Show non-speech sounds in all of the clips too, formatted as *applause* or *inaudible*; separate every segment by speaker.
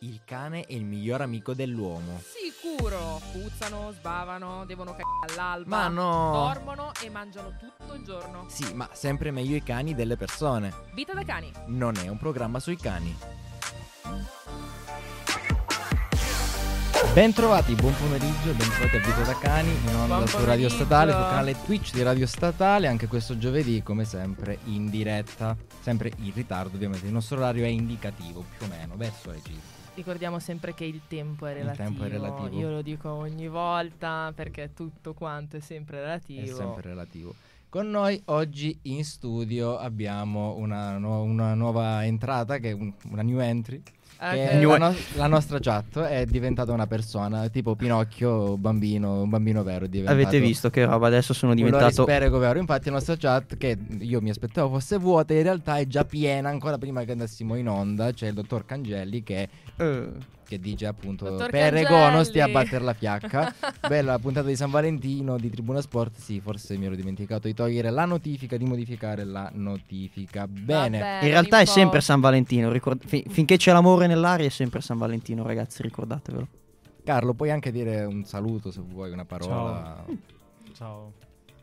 Speaker 1: il cane è il miglior amico dell'uomo.
Speaker 2: Sicuro. Puzzano, sbavano, devono cagare all'alba.
Speaker 1: Ma no!
Speaker 2: Dormono e mangiano tutto il giorno.
Speaker 1: Sì, ma sempre meglio i cani delle persone.
Speaker 2: Vita da cani.
Speaker 1: Non è un programma sui cani. Bentrovati, buon pomeriggio, bentrovati a Vito da Cani, in onda
Speaker 2: Buon
Speaker 1: su Radio
Speaker 2: pomeriggio.
Speaker 1: Statale, sul canale Twitch di Radio Statale, anche questo giovedì come sempre in diretta, sempre in ritardo ovviamente, il nostro orario è indicativo più o meno, verso le 5.
Speaker 2: Ricordiamo sempre che il tempo è
Speaker 1: Il
Speaker 2: relativo.
Speaker 1: tempo è relativo.
Speaker 2: Io lo dico ogni volta perché tutto quanto è sempre relativo.
Speaker 1: È sempre relativo. Con noi oggi in studio abbiamo una, nu- una nuova entrata, che è un- una new entry. che è
Speaker 2: Eh,
Speaker 1: la, no- la nostra chat è diventata una persona, tipo Pinocchio, bambino, un bambino vero. è diventato.
Speaker 3: Avete visto che roba? Adesso sono
Speaker 1: Quello
Speaker 3: diventato.
Speaker 1: Risperico vero. Infatti la nostra chat, che io mi aspettavo fosse vuota, in realtà è già piena ancora prima che andassimo in onda. C'è il dottor Cangelli che
Speaker 3: Eh,
Speaker 1: che dice appunto
Speaker 2: Dottor
Speaker 1: Peregono
Speaker 2: Cangelli."
Speaker 1: stia a battere la
Speaker 2: *laughs*
Speaker 1: fiacca bella puntata di San Valentino di Tribuna Sport sì forse mi ero dimenticato di togliere la notifica di modificare la notifica bene
Speaker 2: vabbè,
Speaker 3: in realtà
Speaker 2: non
Speaker 3: è sempre
Speaker 2: importa.
Speaker 3: San Valentino. ricord- fi- finché c'è l'amore nell'aria, è sempre San Valentino, ragazzi, ricordatevelo.
Speaker 1: Carlo puoi anche dire un saluto se vuoi una parola
Speaker 4: Ciao.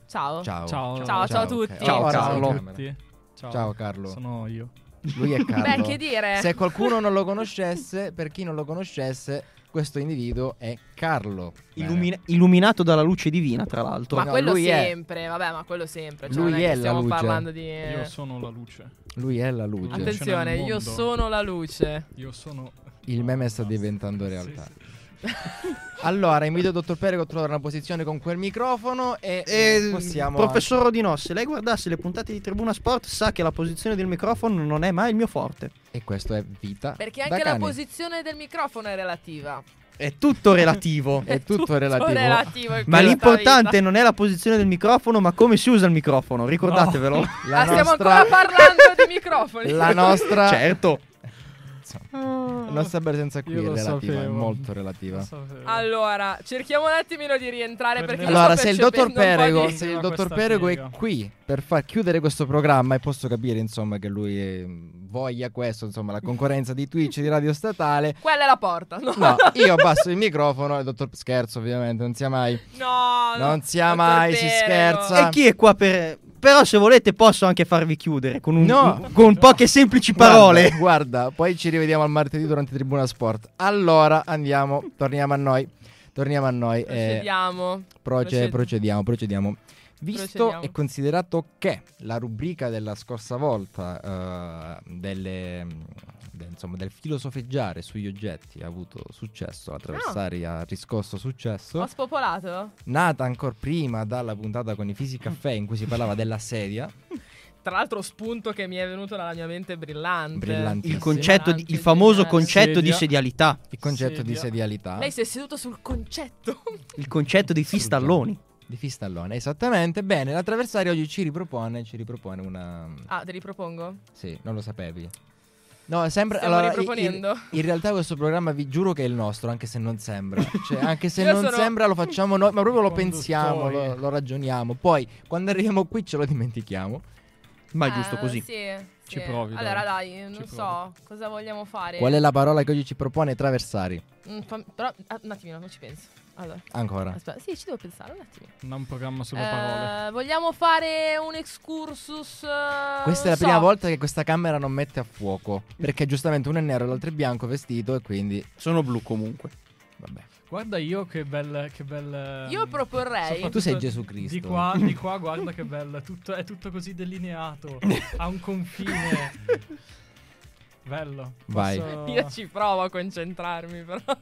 Speaker 2: Ciao.
Speaker 1: ciao
Speaker 4: Ciao.
Speaker 2: Ciao, ciao a
Speaker 1: ok.
Speaker 2: tutti.
Speaker 3: Ciao,
Speaker 1: Ora
Speaker 3: Carlo.
Speaker 1: sei in camera.
Speaker 4: Ciao.
Speaker 1: ciao Carlo
Speaker 4: Sono io.
Speaker 1: lui è Carlo
Speaker 2: Beh, che dire.
Speaker 1: se qualcuno non lo conoscesse per chi non lo conoscesse questo individuo è Carlo Bene.
Speaker 3: Illumina- illuminato dalla luce divina, tra l'altro.
Speaker 2: Ma
Speaker 1: No,
Speaker 2: quello
Speaker 1: lui è-
Speaker 2: sempre, vabbè, ma quello sempre. Cioè,
Speaker 1: Lui
Speaker 2: non
Speaker 1: è
Speaker 2: è, che
Speaker 1: la
Speaker 2: stiamo
Speaker 1: luce.
Speaker 2: parlando di.
Speaker 4: Io sono la luce.
Speaker 1: lui è la luce
Speaker 4: Atten-
Speaker 2: Attenzione,
Speaker 4: Luce nel
Speaker 2: io
Speaker 4: mondo.
Speaker 2: sono la luce.
Speaker 4: Io sono.
Speaker 1: Il meme sta
Speaker 4: Basta.
Speaker 1: diventando realtà.
Speaker 4: Sì, sì.
Speaker 1: *laughs* Allora, invito il dottor Perego a trovare una posizione con quel microfono e
Speaker 3: Eh,
Speaker 1: possiamo...
Speaker 3: professor Odinò, se lei guardasse le puntate di Tribuna Sport, sa che la posizione del microfono non è mai il mio forte.
Speaker 1: E questo è Vita
Speaker 2: Perché
Speaker 1: da
Speaker 2: anche la
Speaker 1: cani.
Speaker 2: posizione del microfono è relativa.
Speaker 3: È tutto *laughs* relativo.
Speaker 1: È tutto, relativo.
Speaker 2: relativo in
Speaker 3: ma
Speaker 2: questa
Speaker 3: l'importante
Speaker 2: vita.
Speaker 3: non è la posizione del microfono, ma come si usa il microfono, ricordatevelo. *laughs*
Speaker 1: La
Speaker 2: Ah, stiamo
Speaker 1: nostra-
Speaker 2: ancora parlando
Speaker 1: *laughs*
Speaker 2: di microfoni.
Speaker 1: La nostra...
Speaker 3: certo.
Speaker 1: La nostra presenza qui
Speaker 4: Cioè,
Speaker 1: è
Speaker 4: Io lo
Speaker 1: relativa, è
Speaker 4: sapevo.
Speaker 1: molto relativa.
Speaker 4: Lo sapevo.
Speaker 2: Allora, cerchiamo un attimino di rientrare perché
Speaker 4: Io
Speaker 1: Allora,
Speaker 2: sto
Speaker 1: se il dottor
Speaker 2: percependo un po'
Speaker 1: Perego,
Speaker 2: di-
Speaker 1: se il
Speaker 4: Viva
Speaker 1: dottor
Speaker 4: questa
Speaker 1: Perego è
Speaker 4: figa.
Speaker 1: qui per far chiudere questo programma, e posso capire, insomma, che lui eh, voglia questo, insomma, la concorrenza di Twitch e di Radio Statale.
Speaker 2: Quella è la porta. No, *laughs*
Speaker 1: No, io abbasso il microfono e il dottor scherzo, ovviamente, non sia mai.
Speaker 2: no.
Speaker 1: Non sia
Speaker 2: dottor
Speaker 1: mai, si
Speaker 2: Perego. Eh,
Speaker 1: scherza.
Speaker 3: E chi è qua per... Però se volete posso anche farvi chiudere con, un-
Speaker 1: No.
Speaker 3: con poche semplici parole.
Speaker 1: Guarda, guarda, poi ci rivediamo al martedì durante Tribuna Sport. Allora andiamo, torniamo a noi. Torniamo a noi. E
Speaker 2: Procediamo. proced-
Speaker 1: procediamo, procediamo. Visto
Speaker 2: Procediamo.
Speaker 1: e considerato che la rubrica della scorsa volta eh, delle, de- insomma, del filosofeggiare sugli oggetti ha avuto successo, la Traversari
Speaker 2: Ah.
Speaker 1: ha riscosso successo,
Speaker 2: Ho spopolato?
Speaker 1: nata ancora prima dalla puntata con i Fisi Caffè in cui si parlava della sedia,
Speaker 2: Tra l'altro spunto che mi è venuto dalla mia mente brillante.
Speaker 1: Brillantissimo.
Speaker 3: Il, concetto di- il famoso
Speaker 2: Brillante,
Speaker 3: concetto di
Speaker 4: Sedia.
Speaker 3: sedialità.
Speaker 1: il concetto di
Speaker 4: Sedia.
Speaker 1: sedialità.
Speaker 2: Lei si è seduto sul concetto. *laughs*
Speaker 3: Il concetto di fistalloni.
Speaker 1: Di Fistallone, esattamente. Bene, l'attraversario oggi ci ripropone, ci ripropone una...
Speaker 2: Ah, te ripropongo?
Speaker 1: Sì, non lo sapevi. No, sembra...
Speaker 2: Stiamo
Speaker 1: allora,
Speaker 2: riproponendo.
Speaker 1: In, in realtà questo programma vi giuro che è il nostro, anche se non
Speaker 2: *laughs*
Speaker 1: sembra. Cioè, anche se
Speaker 2: Io
Speaker 1: non
Speaker 2: sono-
Speaker 1: sembra lo facciamo noi, ma proprio lo
Speaker 4: Conduttori.
Speaker 1: pensiamo, lo, lo ragioniamo. Poi, quando arriviamo qui ce lo dimentichiamo.
Speaker 3: Ma è
Speaker 2: Ah,
Speaker 3: giusto così.
Speaker 2: Sì, sì.
Speaker 4: Ci provi, dai.
Speaker 2: Allora, dai, non
Speaker 4: Ci
Speaker 2: so cosa vogliamo fare.
Speaker 1: Qual è la parola che oggi ci propone Traversari?
Speaker 2: Mm, fam- però, ah, un attimino, non ci penso. Allora,
Speaker 1: Ancora.
Speaker 2: aspetta, sì, ci devo pensare un attimino.
Speaker 4: Non un programma sulle
Speaker 2: Eh,
Speaker 4: parole.
Speaker 2: vogliamo fare un excursus? eh,
Speaker 1: Questa è
Speaker 2: non
Speaker 1: la prima
Speaker 2: so.
Speaker 1: volta che questa camera non mette a fuoco. Perché giustamente uno è nero e l'altro è bianco vestito e quindi...
Speaker 3: Sono blu comunque.
Speaker 1: Vabbè.
Speaker 4: Guarda io che bel. Che bel
Speaker 2: Io
Speaker 4: ehm,
Speaker 2: proporrei.
Speaker 4: soprattutto
Speaker 1: Tu sei Gesù Cristo.
Speaker 4: Di qua,
Speaker 1: *laughs*
Speaker 4: di qua guarda che bella. Tutto, è tutto così delineato. ha un confine. Bello.
Speaker 1: Vai.
Speaker 4: Posso-
Speaker 2: *laughs* *laughs* Io ci provo a concentrarmi, però. *laughs*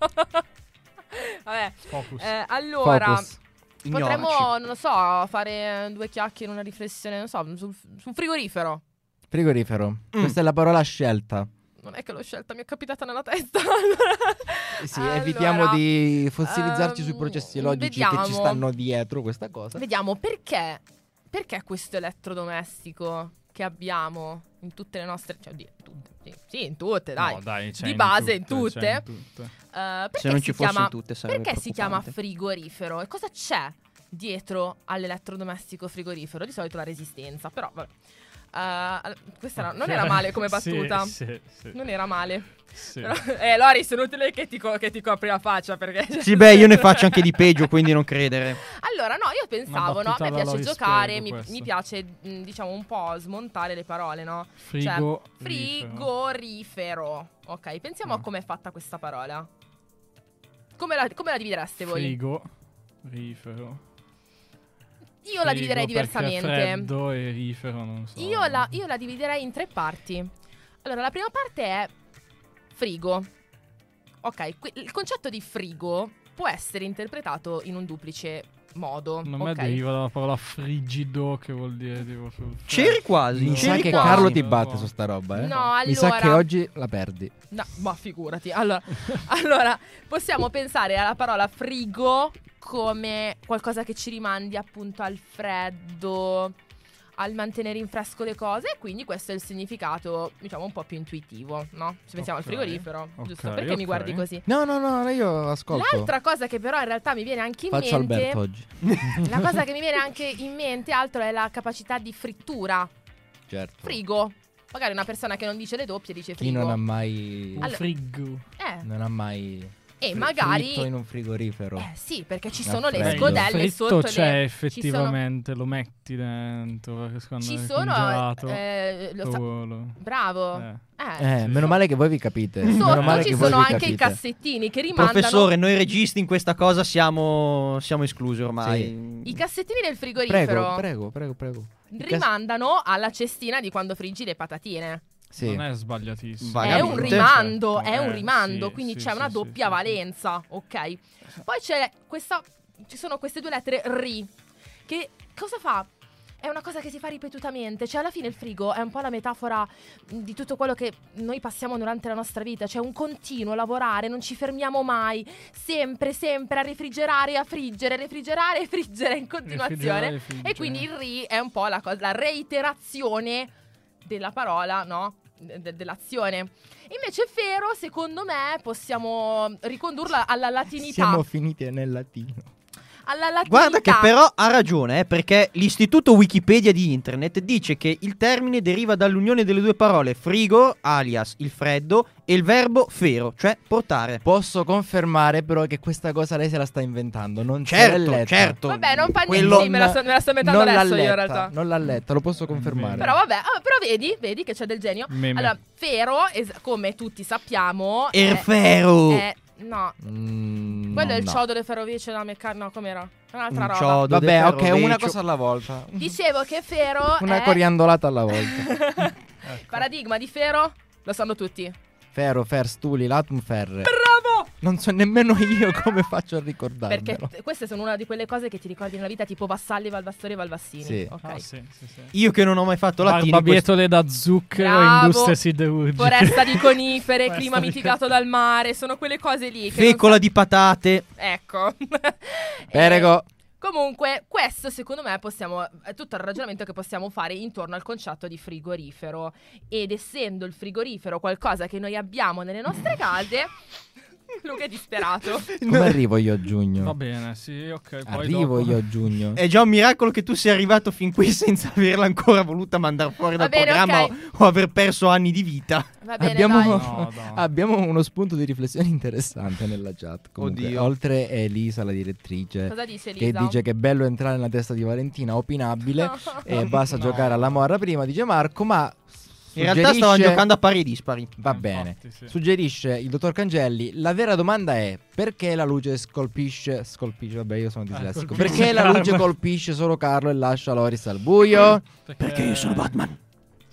Speaker 2: Vabbè,
Speaker 4: Focus.
Speaker 2: eh, allora.
Speaker 1: Focus.
Speaker 3: Ignoraci.
Speaker 2: Potremmo, non so, fare due chiacchiere, una riflessione, non so, sul, sul frigorifero.
Speaker 1: Frigorifero.
Speaker 2: Mm.
Speaker 1: Questa è la parola scelta.
Speaker 2: Non è che l'ho scelta, mi è capitata nella testa. *laughs*
Speaker 1: Eh Sì,
Speaker 2: Allora,
Speaker 1: evitiamo di fossilizzarci sui
Speaker 2: ehm,
Speaker 1: processi logici
Speaker 2: vediamo.
Speaker 1: che ci stanno dietro questa cosa.
Speaker 2: Vediamo perché, perché questo elettrodomestico che abbiamo in tutte le nostre... Cioè, oddio, in tutte, sì, sì, in tutte, dai.
Speaker 4: No, dai, c'è
Speaker 2: Di
Speaker 4: in
Speaker 2: base, in
Speaker 4: tutte, c'è in tutte.
Speaker 2: Eh, perché
Speaker 3: Se non
Speaker 2: si
Speaker 3: ci fosse
Speaker 2: chiama-
Speaker 3: in tutte sarebbe
Speaker 2: Perché si chiama
Speaker 3: preoccupante.
Speaker 2: frigorifero? E cosa c'è dietro all'elettrodomestico frigorifero? Di solito la resistenza, però vabbè. Ah, questa era- non era male come battuta.
Speaker 4: *laughs* Sì, sì, sì.
Speaker 2: Non era male.
Speaker 4: sì.
Speaker 2: Però- *laughs* eh, Loris, non te le che ti, co- che ti copri la faccia perché... *laughs*
Speaker 3: Sì, beh, io ne faccio anche di peggio, quindi non credere.
Speaker 2: Allora, no, io pensavo, no? A
Speaker 4: battuta
Speaker 2: me
Speaker 4: alla
Speaker 2: piace
Speaker 4: Loris
Speaker 2: giocare,
Speaker 4: Perego,
Speaker 2: mi,
Speaker 4: questa.
Speaker 2: mi piace, mh, diciamo, un po' smontare le parole, no?
Speaker 4: Frigo.
Speaker 2: Cioè, Frigorifero. Ok, pensiamo a
Speaker 4: Mm.
Speaker 2: come è fatta questa parola. Come la, come la dividereste voi?
Speaker 4: Frigo. Rifero.
Speaker 2: Io la dividerei
Speaker 4: Frigo perché è
Speaker 2: diversamente.
Speaker 4: Freddo e rifero, non so.
Speaker 2: Io la, io la dividerei in tre parti. Allora, la prima parte è frigo. Ok, qui- il concetto di frigo può essere interpretato in un duplice modo.
Speaker 4: Non
Speaker 2: ok.
Speaker 4: me deriva dalla parola frigido che vuol dire tipo sul freddo.
Speaker 3: C'eri quasi,
Speaker 1: Mi Eh. sa
Speaker 3: c'eri
Speaker 1: che
Speaker 3: quasi.
Speaker 1: Carlo ti batte su sta roba, eh.
Speaker 2: No,
Speaker 1: Mi sa che
Speaker 2: allora-
Speaker 1: oggi la perdi.
Speaker 2: No, ma figurati.
Speaker 4: *laughs*
Speaker 2: Allora, allora, possiamo pensare alla parola frigo come qualcosa che ci rimandi appunto al freddo, al mantenere in fresco le cose. E quindi questo è il significato, diciamo, un po' più intuitivo, no? Se pensiamo
Speaker 4: Ok,
Speaker 2: al frigorifero, giusto?
Speaker 4: ok,
Speaker 2: Perché mi
Speaker 4: ok.
Speaker 2: guardi così?
Speaker 1: No, no, no, io ascolto.
Speaker 2: L'altra cosa che però in realtà mi viene anche in
Speaker 1: Faccio
Speaker 2: mente,
Speaker 1: Alberto oggi.
Speaker 2: la cosa che
Speaker 1: *laughs*
Speaker 2: mi viene anche in mente altro è la capacità di frittura.
Speaker 1: Certo.
Speaker 2: Frigo. Magari una persona che non dice le doppie dice
Speaker 1: Chi
Speaker 2: frigo.
Speaker 1: non ha mai
Speaker 4: Un
Speaker 2: Allora-
Speaker 4: frigo.
Speaker 2: Eh,
Speaker 1: non ha mai
Speaker 2: e
Speaker 1: fri-
Speaker 2: magari
Speaker 1: fritto in un frigorifero.
Speaker 2: Eh sì, perché ci
Speaker 1: Ah,
Speaker 2: sono le
Speaker 1: freddo.
Speaker 2: scodelle
Speaker 4: fritto
Speaker 2: sotto le-
Speaker 4: c'è
Speaker 2: ci sono,
Speaker 4: effettivamente, lo metti dentro perché secondo
Speaker 2: ci
Speaker 4: me è
Speaker 2: sono
Speaker 4: congelato.
Speaker 2: eh, lo sa-
Speaker 4: Oh, lo-
Speaker 2: bravo.
Speaker 4: eh.
Speaker 2: Eh.
Speaker 1: Eh, meno male che voi vi capite. meno
Speaker 2: Sotto
Speaker 1: male
Speaker 2: ci
Speaker 1: che voi
Speaker 2: sono
Speaker 1: vi
Speaker 2: anche i
Speaker 1: capite.
Speaker 2: cassettini che rimandano
Speaker 3: Professore, noi registi in questa cosa siamo, siamo esclusi ormai.
Speaker 2: i cassettini del frigorifero
Speaker 1: Prego, prego, prego, prego.
Speaker 3: cass-
Speaker 2: rimandano alla cestina di quando friggi le patatine.
Speaker 1: Sì.
Speaker 4: Non è sbagliatissimo.
Speaker 2: È
Speaker 3: Vagamente.
Speaker 2: un rimando,
Speaker 4: Certo,
Speaker 2: è un
Speaker 4: eh,
Speaker 2: rimando,
Speaker 4: sì,
Speaker 2: quindi
Speaker 4: sì,
Speaker 2: c'è una
Speaker 4: sì,
Speaker 2: doppia
Speaker 4: sì, sì.
Speaker 2: valenza, ok? Poi c'è questa ci sono queste due lettere ri che cosa fa? È una cosa che si fa ripetutamente, cioè alla fine il frigo è un po' la metafora mh, di tutto quello che noi passiamo durante la nostra vita, cioè un continuo lavorare, non ci fermiamo mai, sempre, sempre a refrigerare, a friggere, refrigerare e friggere in continuazione.
Speaker 4: Refrigerare, friggere.
Speaker 1: Cioè.
Speaker 2: E quindi il ri è un po' la, cosa, la reiterazione della parola, no? De- de- dell'azione. Invece fero, secondo me, possiamo ricondurla alla latinità.
Speaker 1: Siamo finiti nel latino.
Speaker 2: Alla latinità.
Speaker 3: Guarda che però ha ragione, eh, perché l'istituto Wikipedia di internet dice che il termine deriva dall'unione delle due parole frigo, alias il freddo, e il verbo fero, cioè portare.
Speaker 1: Posso confermare però che questa cosa lei se la sta inventando, non ce l'è
Speaker 3: Certo,
Speaker 1: letta.
Speaker 3: certo.
Speaker 2: Vabbè, non fa niente,
Speaker 1: Quello-
Speaker 2: sì, me la sto, me la sto inventando
Speaker 1: non l'ha
Speaker 2: adesso io in
Speaker 1: letta,
Speaker 2: realtà.
Speaker 1: Non l'ha letta, lo posso confermare.
Speaker 2: Però vabbè, ah, però vedi, vedi che c'è del genio.
Speaker 4: Meme.
Speaker 2: Allora, fero, es- come tutti sappiamo, è-
Speaker 3: Erfero.
Speaker 2: Eh, è- no,
Speaker 1: Mm,
Speaker 2: quello è il
Speaker 1: no.
Speaker 2: ciodo delle ferrovie, c'è la meccanica, no, com'era? Un'altra
Speaker 3: Un
Speaker 2: roba.
Speaker 3: ciodo
Speaker 1: Vabbè,
Speaker 3: del
Speaker 1: ok,
Speaker 3: ferro,
Speaker 1: una
Speaker 3: vecchio-
Speaker 1: cosa alla volta.
Speaker 2: Dicevo che fero
Speaker 1: Una
Speaker 2: è...
Speaker 1: coriandolata alla volta.
Speaker 2: *laughs*
Speaker 4: Ecco.
Speaker 2: Paradigma di Fero lo sanno tutti.
Speaker 1: Ferro, fer, stuli, latum, ferre.
Speaker 2: Bravo!
Speaker 1: Non so nemmeno io come faccio a ricordarmelo.
Speaker 2: Perché t- queste sono una di quelle cose che ti ricordi nella vita, tipo Vassalli, Valvastori e Valvassini.
Speaker 1: Sì.
Speaker 2: Ok.
Speaker 4: Ah, sì, sì, sì.
Speaker 3: Io che non ho mai fatto latino, questo-
Speaker 4: Barbabietole da zucchero,
Speaker 2: Bravo.
Speaker 4: industrie siderurgiche.
Speaker 2: Foresta di conifere,
Speaker 4: *laughs* Foresta
Speaker 2: clima
Speaker 4: di-
Speaker 2: mitigato dal mare, sono quelle cose lì. Che non
Speaker 3: fecola di patate.
Speaker 2: sa- Ecco.
Speaker 1: *laughs*
Speaker 2: *laughs*
Speaker 1: Perego.
Speaker 2: Eh, Comunque, questo secondo me possiamo, è tutto il ragionamento che possiamo fare intorno al concetto di frigorifero. Ed essendo il frigorifero qualcosa che noi abbiamo nelle nostre case, *laughs* Luca è disperato.
Speaker 1: Come arrivo io a giugno?
Speaker 4: Va bene, sì, ok. Poi
Speaker 1: arrivo
Speaker 4: dopo.
Speaker 1: io a giugno.
Speaker 3: È già un miracolo che tu sia arrivato fin qui *laughs* senza averla ancora voluta mandare fuori
Speaker 2: Va
Speaker 3: dal
Speaker 2: bene,
Speaker 3: programma
Speaker 2: ok.
Speaker 3: o, o aver perso anni di vita.
Speaker 2: Va bene,
Speaker 1: abbiamo, *laughs*
Speaker 2: dai.
Speaker 4: No,
Speaker 1: Ah,
Speaker 4: no.
Speaker 1: abbiamo uno spunto di riflessione interessante nella chat. Comunque,
Speaker 3: Oddio.
Speaker 1: Oltre Elisa, la *laughs* direttrice,
Speaker 2: Cosa dice Lisa?
Speaker 1: che dice che è bello entrare nella testa di Valentina, opinabile,
Speaker 2: *laughs*
Speaker 1: e basta
Speaker 4: No.
Speaker 1: giocare alla morra prima, dice Marco, ma...
Speaker 3: In realtà
Speaker 1: stavo
Speaker 3: stavano giocando a pari e dispari.
Speaker 1: Va
Speaker 4: Infatti,
Speaker 1: bene.
Speaker 4: sì.
Speaker 1: Suggerisce il dottor Cangelli, la vera domanda è perché la luce scolpisce... Scolpisce, vabbè io sono dislessico.
Speaker 4: colpisce
Speaker 1: Perché la
Speaker 4: Carlo.
Speaker 2: *laughs*
Speaker 1: luce colpisce solo Carlo e lascia Loris al buio?
Speaker 3: Perché io sono Batman.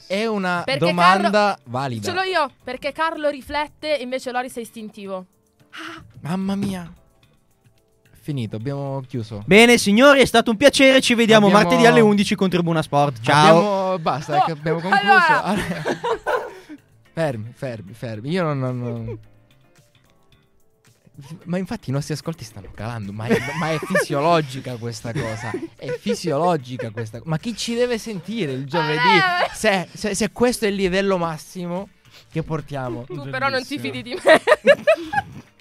Speaker 1: È una
Speaker 2: Perché
Speaker 1: domanda
Speaker 2: Carlo-
Speaker 1: valida.
Speaker 2: Ce l'ho io, perché Carlo riflette e invece Loris è istintivo.
Speaker 1: Mamma mia. Finito, abbiamo chiuso.
Speaker 3: Bene, signori, è stato un piacere. Ci vediamo
Speaker 1: Abbiamo-
Speaker 3: martedì alle 11 con Tribuna Sport. Ciao.
Speaker 1: Abbiamo- basta, che abbiamo concluso.
Speaker 2: Oh,
Speaker 1: *laughs*
Speaker 2: Allora.
Speaker 1: fermi, fermi, fermi. Io non, non- non- Ma infatti i nostri ascolti stanno calando, ma è, ma è fisiologica questa cosa. È fisiologica questa cosa. Ma chi ci deve sentire il giovedì?
Speaker 2: Vabbè.
Speaker 1: Se, se- se questo è il livello massimo che portiamo. *laughs*
Speaker 2: Tu però non ti
Speaker 4: Bellissimo.
Speaker 2: fidi di me.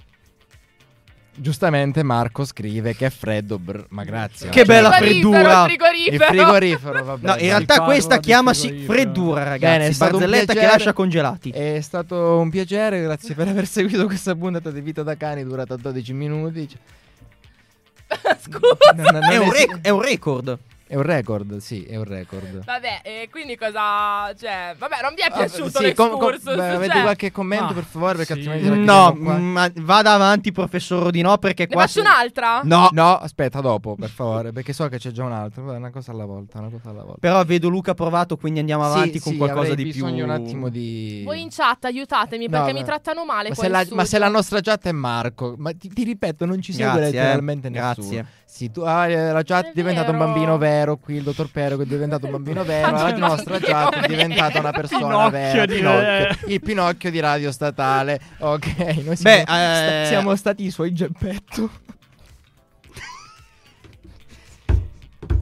Speaker 1: Giustamente Marco scrive che è freddo, brr, ma grazie.
Speaker 3: Che
Speaker 1: Cioè,
Speaker 3: bella
Speaker 2: Frigorifero,
Speaker 3: freddura.
Speaker 1: Il
Speaker 2: frigorifero.
Speaker 1: frigorifero, vabbè.
Speaker 3: No, in realtà
Speaker 4: parla
Speaker 3: questa
Speaker 4: di
Speaker 3: chiamasi
Speaker 4: frigorifero.
Speaker 3: freddura, ragazzi.
Speaker 1: Bene, è stato un
Speaker 3: barzelletta che
Speaker 1: piacere. Eh,
Speaker 3: lascia congelati.
Speaker 1: È stato un piacere, grazie per aver seguito questa puntata di Vita da Cani durata 12 minuti. Cioè,
Speaker 2: *laughs* Scusa.
Speaker 1: non- non- non
Speaker 3: È un,
Speaker 1: esi-
Speaker 3: rec- è un record.
Speaker 1: è un record, sì, è un record.
Speaker 2: Vabbè, e quindi cosa. Cioè, vabbè, non vi è
Speaker 1: Ah,
Speaker 2: piaciuto
Speaker 1: sì, com- com-
Speaker 2: l'escursus.
Speaker 1: beh, avete
Speaker 2: cioè,
Speaker 1: qualche commento
Speaker 4: Ah,
Speaker 1: per favore? Perché
Speaker 4: sì.
Speaker 1: altrimenti la
Speaker 3: No, mm,
Speaker 1: chiudiamo qua.
Speaker 3: ma vada avanti, professor Rodinò, perché
Speaker 2: Ne
Speaker 3: qua.
Speaker 2: faccio un'altra?
Speaker 3: No,
Speaker 1: No, aspetta, dopo, per favore, perché so che c'è già un altro. Vabbè, Una cosa alla volta, una cosa alla volta.
Speaker 3: però vedo Luca provato, quindi andiamo
Speaker 1: Sì,
Speaker 3: avanti con
Speaker 1: sì,
Speaker 3: qualcosa
Speaker 1: avrei
Speaker 3: di più.
Speaker 1: bisogno un attimo di.
Speaker 2: Voi in chat aiutatemi
Speaker 1: No,
Speaker 2: perché
Speaker 1: no.
Speaker 2: mi trattano male.
Speaker 1: Ma
Speaker 2: qua
Speaker 1: se,
Speaker 2: in
Speaker 1: la,
Speaker 2: studio.
Speaker 1: ma se la nostra chat è Marco, ma ti, ti ripeto, non ci segue
Speaker 3: Grazie,
Speaker 1: letteralmente
Speaker 3: eh.
Speaker 1: nessuno.
Speaker 3: Grazie.
Speaker 1: Sì, tu, ah, eh, la chat
Speaker 2: È
Speaker 1: è diventata un
Speaker 2: vero.
Speaker 1: bambino vero. Qui il dottor Pero che è diventato un bambino vero.
Speaker 4: Ah,
Speaker 1: La
Speaker 4: no,
Speaker 1: nostra
Speaker 2: bambino
Speaker 1: chat è
Speaker 2: vero.
Speaker 1: diventata una persona
Speaker 4: Pinocchio
Speaker 1: vera.
Speaker 4: di-
Speaker 1: Pinocchio. Il Pinocchio di Radio Statale. Ok, noi siamo,
Speaker 3: Beh,
Speaker 1: sta-
Speaker 3: eh,
Speaker 1: siamo stati i suoi geppetto.